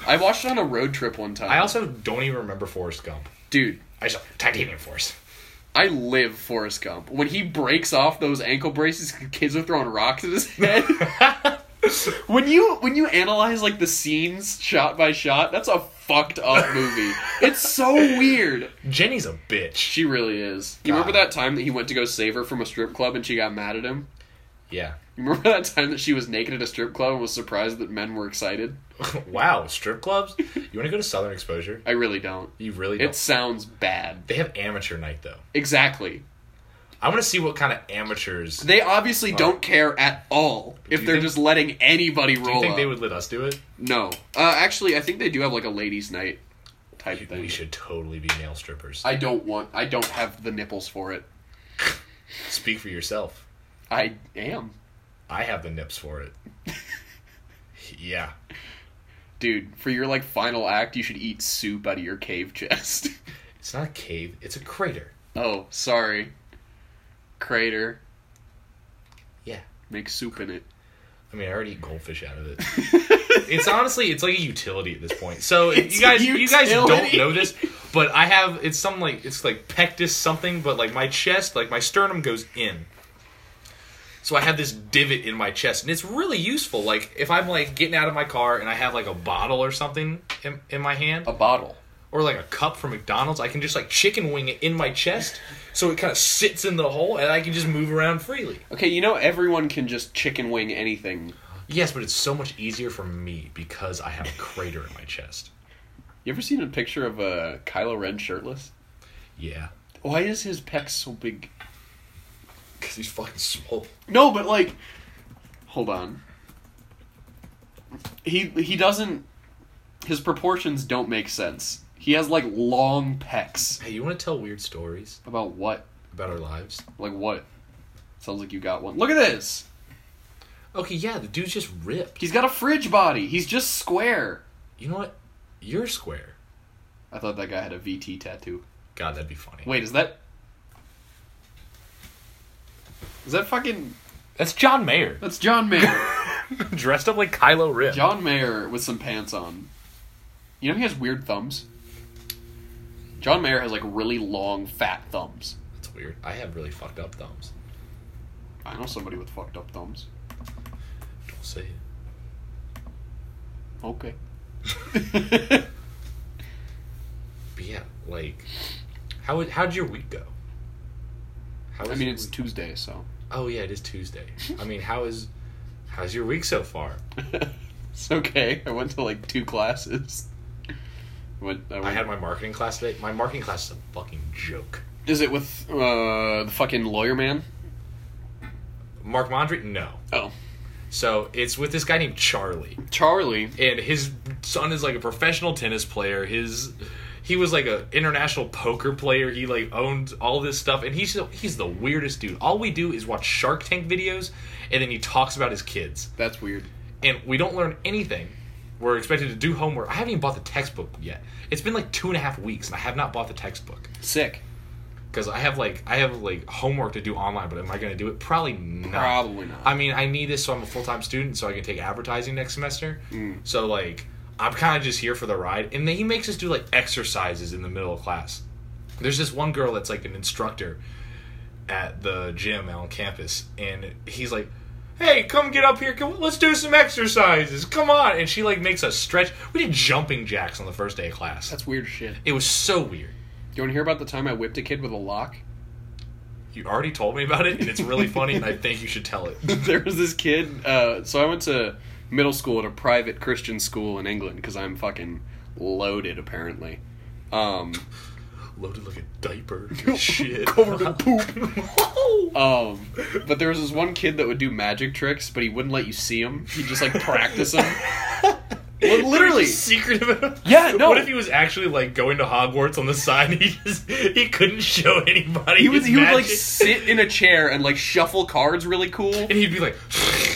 [SPEAKER 2] I watched it on a road trip one time.
[SPEAKER 1] I also don't even remember Forrest Gump.
[SPEAKER 2] dude,
[SPEAKER 1] I just titanium force. *laughs*
[SPEAKER 2] I live Forrest Gump. When he breaks off those ankle braces, kids are throwing rocks at
[SPEAKER 1] *laughs*
[SPEAKER 2] his head. when you when you analyze like the scenes shot by shot, that's a fucked up movie. it's so weird.
[SPEAKER 1] Jenny's a bitch.
[SPEAKER 2] She really is. You
[SPEAKER 1] God.
[SPEAKER 2] remember that time that he went to go save her from a strip club and she got mad at him?
[SPEAKER 1] Yeah. *laughs*
[SPEAKER 2] You remember *laughs* that time that she was naked at a strip club and was surprised that men were excited?
[SPEAKER 1] wow, strip clubs? You want to go to Southern Exposure?
[SPEAKER 2] I really don't.
[SPEAKER 1] You really don't.
[SPEAKER 2] It sounds bad.
[SPEAKER 1] They have amateur night though.
[SPEAKER 2] Exactly.
[SPEAKER 1] I want to see what kind of amateurs.
[SPEAKER 2] They obviously don't care at all if
[SPEAKER 1] you
[SPEAKER 2] they're
[SPEAKER 1] think-
[SPEAKER 2] just letting anybody
[SPEAKER 1] do
[SPEAKER 2] roll
[SPEAKER 1] you think
[SPEAKER 2] up.
[SPEAKER 1] they would let us do it?
[SPEAKER 2] No. Uh, actually, I think they do have like a ladies' night type thing.
[SPEAKER 1] We should totally be male strippers.
[SPEAKER 2] I don't want. I don't have the nipples for it.
[SPEAKER 1] Speak for yourself.
[SPEAKER 2] I am,
[SPEAKER 1] I have the nips for it. *laughs* yeah.
[SPEAKER 2] dude. For your like final act, you should eat soup out of your cave chest. *laughs*
[SPEAKER 1] It's not a cave, it's a crater.
[SPEAKER 2] oh, sorry. Crater.
[SPEAKER 1] Yeah.
[SPEAKER 2] Make soup in it.
[SPEAKER 1] I mean, I already eat goldfish
[SPEAKER 2] *laughs*
[SPEAKER 1] out of it. it's honestly, it's like a utility at this point. So if
[SPEAKER 2] It's
[SPEAKER 1] you
[SPEAKER 2] a
[SPEAKER 1] guys, you guys don't
[SPEAKER 2] utility.
[SPEAKER 1] know this, but I have it's some like it's like pectus something, but like my chest, like my sternum goes in. So I have this divot in my chest, and it's really useful. Like if I'm like getting out of my car and I have like a bottle or something in, in my hand,
[SPEAKER 2] A bottle.
[SPEAKER 1] or like a cup from McDonald's, I can just like chicken wing it in my chest, so it kind of sits in the hole, and I can just move around freely.
[SPEAKER 2] Okay, you know everyone can just chicken wing anything.
[SPEAKER 1] Yes, but it's so much easier for me because I have a crater in my chest.
[SPEAKER 2] You ever seen a picture of uh, Kylo Ren shirtless?
[SPEAKER 1] Yeah.
[SPEAKER 2] Why is his pecs so big?
[SPEAKER 1] Because he's fucking swole.
[SPEAKER 2] No, but like, hold on. He he doesn't. His proportions don't make sense. He has like long pecs.
[SPEAKER 1] Hey, you want to tell weird stories
[SPEAKER 2] About what?
[SPEAKER 1] about our lives?
[SPEAKER 2] Like what? Sounds like you got one. Look at this.
[SPEAKER 1] Okay, yeah, the dude's just ripped.
[SPEAKER 2] He's got a fridge body. He's just square.
[SPEAKER 1] You know what? You're square.
[SPEAKER 2] I thought that guy had a VT tattoo.
[SPEAKER 1] God, that'd be funny.
[SPEAKER 2] Wait, is that? Is that fucking?
[SPEAKER 1] that's John Mayer. *laughs*
[SPEAKER 2] That's John Mayer.
[SPEAKER 1] Dressed up like Kylo Ren.
[SPEAKER 2] John Mayer with some pants on. You know he has weird thumbs. John Mayer has like really long, fat thumbs.
[SPEAKER 1] That's weird. I have really fucked up thumbs.
[SPEAKER 2] I know somebody with fucked up thumbs.
[SPEAKER 1] Don't say it. *laughs*
[SPEAKER 2] Okay.
[SPEAKER 1] But yeah, like, how, how'd your week go? How
[SPEAKER 2] I
[SPEAKER 1] is
[SPEAKER 2] mean,
[SPEAKER 1] your
[SPEAKER 2] it's
[SPEAKER 1] week-
[SPEAKER 2] Tuesday, so *laughs*
[SPEAKER 1] Oh yeah, it is Tuesday. I mean, how is how's your week so far?
[SPEAKER 2] it's okay. I went to like two classes. I Went, I
[SPEAKER 1] I
[SPEAKER 2] went-
[SPEAKER 1] had my marketing class today. My marketing class is a fucking joke.
[SPEAKER 2] is it with uh, the fucking lawyer man?
[SPEAKER 1] Mark Mondry? No.
[SPEAKER 2] Oh,
[SPEAKER 1] So it's with this guy named Charlie,
[SPEAKER 2] Charlie.
[SPEAKER 1] and his son is like a professional tennis player. His he was like a international poker player. He like owned all this stuff, and he's he's the weirdest dude. All we do is watch Shark Tank videos, and then he talks about his kids,
[SPEAKER 2] That's weird.
[SPEAKER 1] and we don't learn anything. We're expected to do homework. I haven't even bought the textbook yet. It's been like two and a half weeks, and I have not bought the textbook.
[SPEAKER 2] Sick.
[SPEAKER 1] because I have like I have like homework to do online, but am I going to do it? Probably not.
[SPEAKER 2] Probably not. Mm.
[SPEAKER 1] I mean, I need this so I'm a full time student, so I can take advertising next semester. So like, I'm kind of just here for the ride. And then he makes us do like exercises in the middle of class. There's this one girl that's like an instructor at the gym on campus, and he's like, "Hey, come get up here. Come, let's do some exercises. Come on!" And she like makes us stretch. We did jumping jacks on the first day of class.
[SPEAKER 2] That's weird shit.
[SPEAKER 1] it was so weird.
[SPEAKER 2] You want to hear about the time I whipped a kid with a lock?
[SPEAKER 1] You already told me about it, and it's really
[SPEAKER 2] *laughs*
[SPEAKER 1] funny, and I think you should tell it.
[SPEAKER 2] there was this kid. Uh, so I went to middle school at a private Christian school in England because I'm fucking loaded apparently. *laughs* Um,
[SPEAKER 1] Loaded like a
[SPEAKER 2] *laughs*
[SPEAKER 1] diaper. Shit.
[SPEAKER 2] Covered *laughs* in
[SPEAKER 1] *laughs*
[SPEAKER 2] um, but there was this one kid that would do magic tricks, but he wouldn't let you see him. He would just like practice them. *laughs* Well, literally,
[SPEAKER 1] Just secretive.
[SPEAKER 2] Yeah, no.
[SPEAKER 1] What if he was actually like going to Hogwarts on the side? And he just he couldn't show anybody.
[SPEAKER 2] he would
[SPEAKER 1] his
[SPEAKER 2] he would like
[SPEAKER 1] magic?
[SPEAKER 2] sit in a chair and like shuffle cards really cool.
[SPEAKER 1] and he'd be like,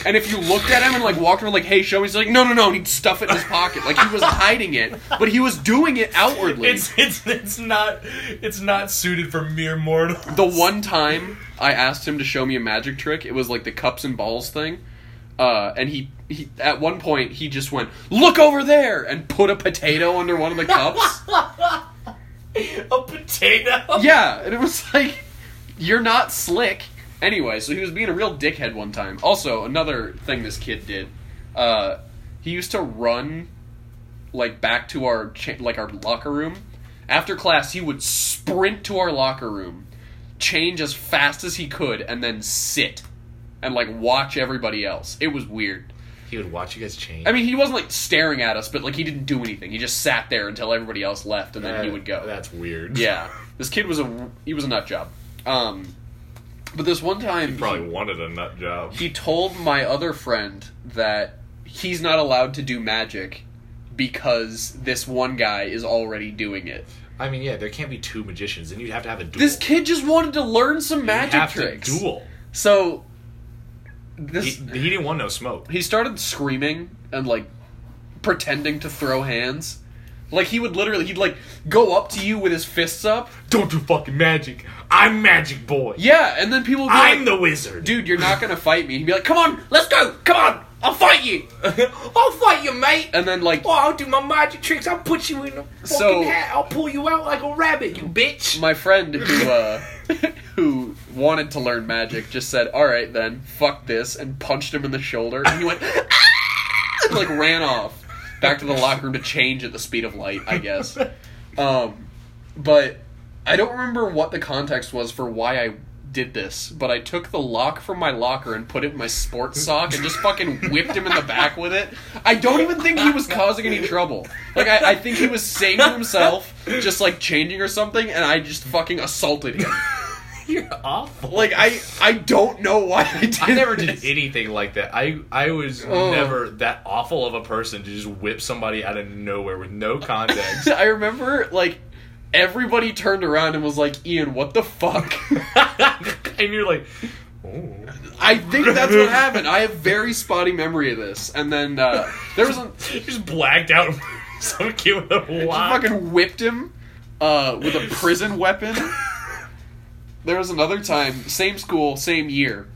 [SPEAKER 1] *laughs*
[SPEAKER 2] And if you looked at him and like *laughs* walked around like, "Hey, show me," he's like, "No, no, no," and he'd stuff it in his pocket, like he was hiding it, but he was doing it outwardly.
[SPEAKER 1] it's it's it's not it's not suited for mere mortal.
[SPEAKER 2] *laughs* The one time I asked him to show me a magic trick, it was like the cups and balls thing. Uh, and he, he, at one point, he just went, Look over there! and put a potato under one of the cups.
[SPEAKER 1] *laughs* a potato.
[SPEAKER 2] yeah, and it was *laughs* like, You're not slick. Anyway, so he was being a real dickhead one time. Also, another thing this kid did, uh, he used to run, like, back to our, cha- like, our locker room. After class, he would sprint to our locker room change as fast as he could and then sit and like watch everybody else. It was weird.
[SPEAKER 1] He would watch you guys change.
[SPEAKER 2] I mean, he wasn't like staring at us, but like he didn't do anything. He just sat there until everybody else left and then he would go.
[SPEAKER 1] That's weird.
[SPEAKER 2] Yeah. This kid was a he was a nut job. Um but this one time
[SPEAKER 1] Probably wanted a
[SPEAKER 2] *laughs*
[SPEAKER 1] nut job.
[SPEAKER 2] he told my other friend that he's not allowed to do magic because this one guy is already doing it.
[SPEAKER 1] I mean, yeah, there can't be two magicians, and you'd have to have a duel.
[SPEAKER 2] This kid just wanted to learn some
[SPEAKER 1] You'd
[SPEAKER 2] magic
[SPEAKER 1] have
[SPEAKER 2] tricks.
[SPEAKER 1] To duel.
[SPEAKER 2] So
[SPEAKER 1] He,
[SPEAKER 2] this
[SPEAKER 1] he didn't want no smoke.
[SPEAKER 2] he started screaming and like pretending to throw hands. Like he would literally he'd like go up to you with his fists up.
[SPEAKER 1] Don't do fucking magic. I'm Magic Boy.
[SPEAKER 2] Yeah, and then people would be
[SPEAKER 1] I'm
[SPEAKER 2] like,
[SPEAKER 1] the wizard.
[SPEAKER 2] dude, you're not gonna fight me. He'd be like, Come on, let's go, come on, I'll fight you
[SPEAKER 1] *laughs* I'll fight you, mate.
[SPEAKER 2] And then like
[SPEAKER 1] Oh, I'll do my magic tricks. I'll put you in a fucking
[SPEAKER 2] So-
[SPEAKER 1] hat. I'll pull you out like a rabbit, you bitch.
[SPEAKER 2] my friend who uh *laughs* who wanted to learn magic just said, Alright then, fuck this and punched him in the shoulder and he went "Ah!" and like ran off back to the locker room to change at the speed of light, I guess. Um but I don't remember what the context was for why I did this, but I took the lock from my locker and put it in my sports sock and just fucking whipped him in the back with it. I don't even think he was causing any trouble. Like, I, I think he was saying to himself, just like changing or something, and I just fucking assaulted him.
[SPEAKER 1] *laughs* You're awful.
[SPEAKER 2] Like, I I don't know why I did
[SPEAKER 1] I never *laughs*
[SPEAKER 2] this.
[SPEAKER 1] did anything like that. I I was
[SPEAKER 2] Oh.
[SPEAKER 1] never that awful of a person to just whip somebody out of nowhere with no *laughs*
[SPEAKER 2] *laughs*
[SPEAKER 1] context.
[SPEAKER 2] I remember, like, everybody turned around and was like, Ian, what the fuck? *laughs*
[SPEAKER 1] and you're like, oh.
[SPEAKER 2] I think that's what happened. I have very spotty memory of this. And then uh, there was a,
[SPEAKER 1] You *laughs* just blacked out. *laughs* Some kid with a
[SPEAKER 2] I
[SPEAKER 1] lock.
[SPEAKER 2] fucking whipped him uh, with a prison weapon. there was another time, same school, same year.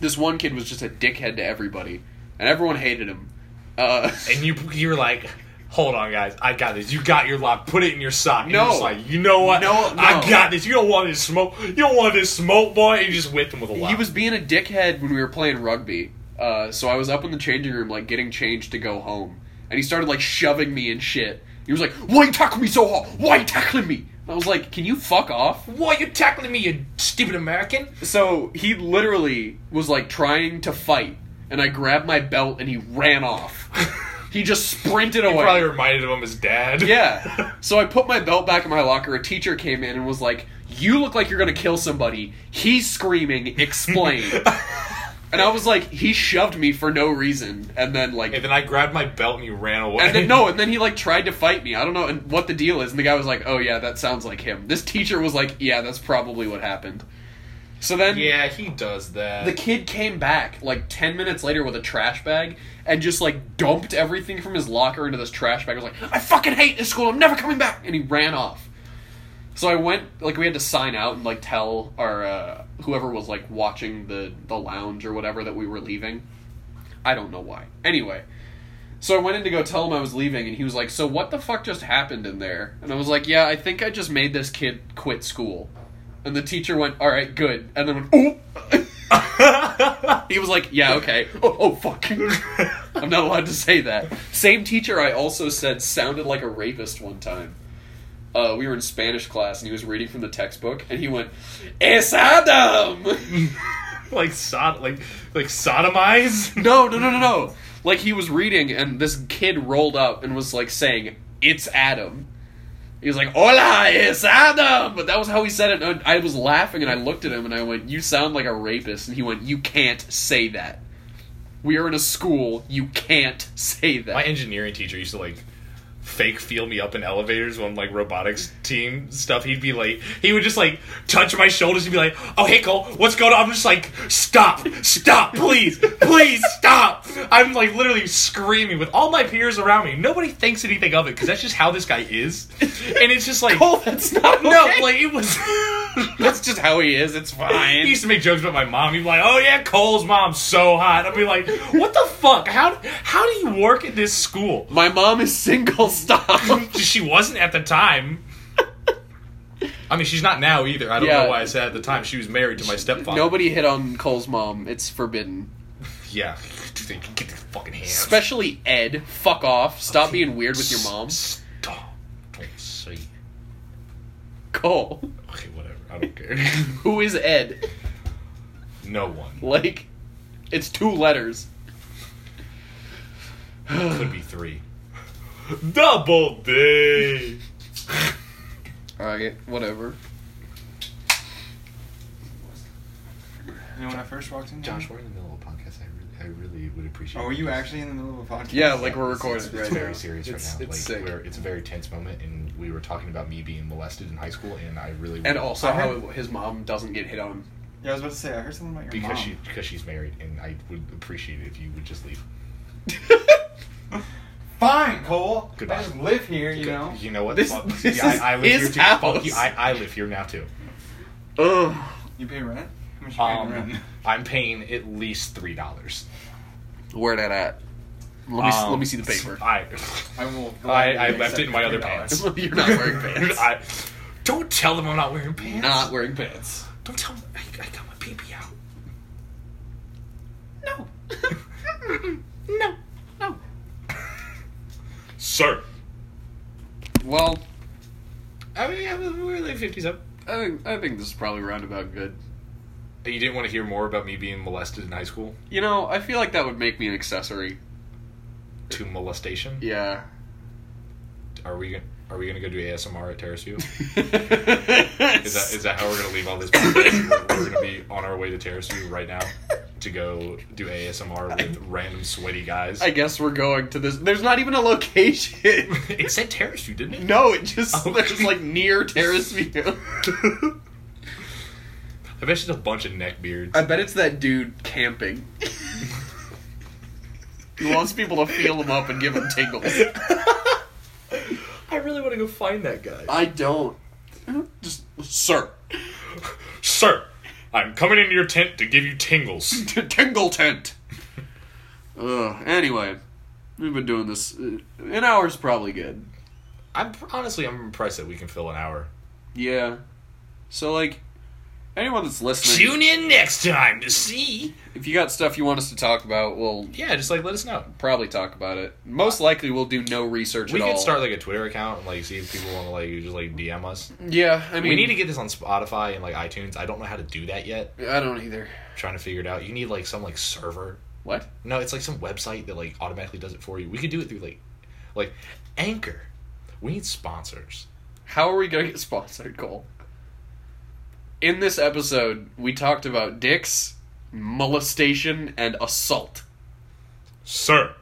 [SPEAKER 2] This one kid was just a dickhead to everybody, and everyone hated him. Uh,
[SPEAKER 1] And you you were like. Hold on, guys. I got this. You got your lock. Put it in your sock. And
[SPEAKER 2] No.
[SPEAKER 1] You're just like, you know what?
[SPEAKER 2] No, no.
[SPEAKER 1] I got this. You don't want this smoke. You don't want this smoke, boy. And you just whipped him with a lock.
[SPEAKER 2] he was being a dickhead when we were playing rugby. Uh, so I was up in the changing room, like getting changed to go home, and he started like shoving me and shit. He was like, "Why you tackle me so hard? Why you tackling me?" And I was like, "Can you fuck off?"
[SPEAKER 1] Why you tackling me, you
[SPEAKER 2] *laughs*
[SPEAKER 1] stupid American?
[SPEAKER 2] So he literally was like trying to fight, and I grabbed my belt and he ran off. *laughs* he just sprinted away.
[SPEAKER 1] Probably reminded him of his dad.
[SPEAKER 2] yeah. So I put my belt back in my locker. A teacher came in and was like, You look like you're going to kill somebody. He's screaming,
[SPEAKER 1] *laughs*
[SPEAKER 2] explain. and I was like, He shoved me for no reason. And then, like,
[SPEAKER 1] *laughs* And then I grabbed my belt and he ran away.
[SPEAKER 2] and then no, and then he like tried to fight me. I don't know and what the deal is. And the guy was like, "Oh yeah, that sounds like him." This teacher was like, "Yeah, that's probably what happened." So then,
[SPEAKER 1] *laughs* Yeah, he does that.
[SPEAKER 2] the *laughs* kid came back like 10 minutes later with a trash bag and just like dumped everything from his locker into this trash bag. I was like, I fucking hate this school. I'm never coming back. And he ran off. So I went like we had to sign out and like tell our uh, whoever was like watching the the lounge or whatever that we were leaving. I don't know why. Anyway, So I went in to go tell him I was leaving, and he was like, "So what the fuck just happened in there?" And I was like, "Yeah, I think I just made this kid quit school." And the teacher went, "All right, good," and then went, "Oop." *laughs* he was like, "Yeah, okay." Oh, oh fuck! *laughs* I'm not allowed to say that. Same teacher I also said sounded like a rapist one time. Uh, we were in Spanish class, and he was reading from the textbook, and he went, "Es Adam."
[SPEAKER 1] *laughs* like sod, like like sodomize.
[SPEAKER 2] No, no, no, no, no. Like he was reading, and this kid rolled up and was like saying, "It's Adam." He was like, "Hola, it's Adam," but that was how he said it. And I was laughing, and I looked at him, and I went, "You sound like a rapist." And he went, "You can't say that. We are in a school. You can't say that."
[SPEAKER 1] My engineering teacher used to like fake feel me up in elevators when like robotics team stuff. He'd be like, he would just like touch my shoulders and be like, "Oh hey Cole, what's going on?" I'm just like, "Stop, stop, please, please stop!" I'm like literally screaming with all my peers around me. Nobody thinks anything of it because that's just how this guy is, and it's just like,
[SPEAKER 2] oh, that's not
[SPEAKER 1] no,
[SPEAKER 2] okay.
[SPEAKER 1] like it was.
[SPEAKER 2] that's just how he is. It's
[SPEAKER 1] *laughs* He
[SPEAKER 2] fine.
[SPEAKER 1] used to make jokes about my mom. He'd be like, "Oh yeah, Cole's mom's so hot." I'd be like, "What the fuck? How how do you work at this school?"
[SPEAKER 2] My mom is single. Stop.
[SPEAKER 1] *laughs* she wasn't at the time. I mean, she's not now either. I don't
[SPEAKER 2] Yeah.
[SPEAKER 1] know why I said at the time she was married to my stepfather.
[SPEAKER 2] Nobody hit on Cole's mom. It's forbidden.
[SPEAKER 1] Yeah, Dude, they- get the fucking hands.
[SPEAKER 2] Especially Ed. Fuck off. Stop being weird with your mom.
[SPEAKER 1] Stop. Don't say.
[SPEAKER 2] Cole.
[SPEAKER 1] Okay, whatever. I don't care. *laughs*
[SPEAKER 2] Who is Ed?
[SPEAKER 1] no one.
[SPEAKER 2] Like, it's two letters.
[SPEAKER 1] Could be three. *laughs* Double D.
[SPEAKER 2] Alright, whatever.
[SPEAKER 6] You know when I first walked in?
[SPEAKER 1] we're in the middle of a podcast. I really, I really would appreciate.
[SPEAKER 6] Oh, were you actually in the middle of a podcast?
[SPEAKER 2] Yeah, like we're
[SPEAKER 4] *laughs*
[SPEAKER 2] recording
[SPEAKER 6] It's
[SPEAKER 2] right
[SPEAKER 6] very
[SPEAKER 2] now.
[SPEAKER 1] serious
[SPEAKER 2] It's- it's sick.
[SPEAKER 1] it's a very tense moment, and we were talking about me being molested in high school, and I really
[SPEAKER 2] And
[SPEAKER 1] would-
[SPEAKER 2] also how his mom doesn't get hit on.
[SPEAKER 6] Yeah, I was about to say. I heard something about your
[SPEAKER 1] because
[SPEAKER 6] mom.
[SPEAKER 1] she because she's married, and I would appreciate it if you would just leave.
[SPEAKER 6] Fine, Cole.
[SPEAKER 1] Goodbye.
[SPEAKER 6] I just live here, you know.
[SPEAKER 1] you know what?
[SPEAKER 2] Oh. This-
[SPEAKER 1] Fuck.
[SPEAKER 2] this
[SPEAKER 1] Yeah,
[SPEAKER 2] is
[SPEAKER 1] I, I live
[SPEAKER 2] his
[SPEAKER 1] here too.
[SPEAKER 2] house.
[SPEAKER 1] Fuck you. I, I live here now too.
[SPEAKER 2] *laughs* Ugh.
[SPEAKER 6] You pay rent. How much you pay in
[SPEAKER 1] Um,
[SPEAKER 6] rent?
[SPEAKER 1] I'm paying at least three dollars. Um,
[SPEAKER 2] Where that at? Let me, let me see the paper.
[SPEAKER 1] I *laughs*
[SPEAKER 6] I will.
[SPEAKER 1] I, I
[SPEAKER 6] gladly
[SPEAKER 1] left it in my other
[SPEAKER 6] accept
[SPEAKER 2] *laughs*
[SPEAKER 1] pants.
[SPEAKER 2] You're not wearing *laughs* pants.
[SPEAKER 1] I, don't tell them I'm not wearing pants.
[SPEAKER 2] not wearing pants.
[SPEAKER 1] Don't tell them I, I got my peepee out.
[SPEAKER 2] No. *laughs*
[SPEAKER 1] No, no. Sir,
[SPEAKER 2] well,
[SPEAKER 1] I mean, yeah, we're in the fifties up.
[SPEAKER 2] I think, I think this is probably roundabout good.
[SPEAKER 1] You didn't want to hear more about me being molested in high school?
[SPEAKER 2] You know, I feel like that would make me an accessory.
[SPEAKER 1] To molestation?
[SPEAKER 2] Yeah. *laughs*
[SPEAKER 1] Are we gonna Are we gonna go do ASMR at Terrace *laughs* View?
[SPEAKER 2] is that,
[SPEAKER 1] Is that is that how we're gonna leave all this? podcast? we're, we're gonna be on our way to Terrace View right now to go do ASMR with random sweaty guys.
[SPEAKER 2] I guess we're going to this. There's not even a location.
[SPEAKER 1] *laughs*
[SPEAKER 2] *laughs*
[SPEAKER 1] it said Terrace View, didn't it?
[SPEAKER 2] no, it just
[SPEAKER 1] Oh.
[SPEAKER 2] there's like near Terrace View.
[SPEAKER 1] I bet it's a bunch of neckbeards.
[SPEAKER 2] I bet it's that dude camping. he wants people to feel him up and give him tingles.
[SPEAKER 1] I really want to go find that guy,
[SPEAKER 2] I don't. Just sir, *laughs*
[SPEAKER 1] sir. I'm coming into your tent to give you tingles.
[SPEAKER 2] T- tingle tent. Ugh. Anyway, we've been doing this. uh, An hour's probably good.
[SPEAKER 1] I'm honestly I'm impressed that we can fill an hour.
[SPEAKER 2] Yeah. So like, anyone that's listening,
[SPEAKER 1] Tune in next time to see.
[SPEAKER 2] if you got stuff you want us to talk about, we'll
[SPEAKER 1] Yeah, just like let us know.
[SPEAKER 2] probably talk about it. Most likely, we'll do no research
[SPEAKER 1] We
[SPEAKER 2] at
[SPEAKER 1] could
[SPEAKER 2] all.
[SPEAKER 1] start like a Twitter account and like see if people want to like just like DM us.
[SPEAKER 2] yeah, I mean,
[SPEAKER 1] We need to get this on Spotify and like iTunes. I don't know how to do that yet.
[SPEAKER 2] I don't either.
[SPEAKER 1] trying to figure it out. You need like some like server.
[SPEAKER 2] What?
[SPEAKER 1] No, it's like some website that like automatically does it for you. We could do it through like like Anchor. We need sponsors.
[SPEAKER 2] How are we going to get sponsored, Cole? In this episode, we talked about dicks, molestation, and assault.
[SPEAKER 1] Sir.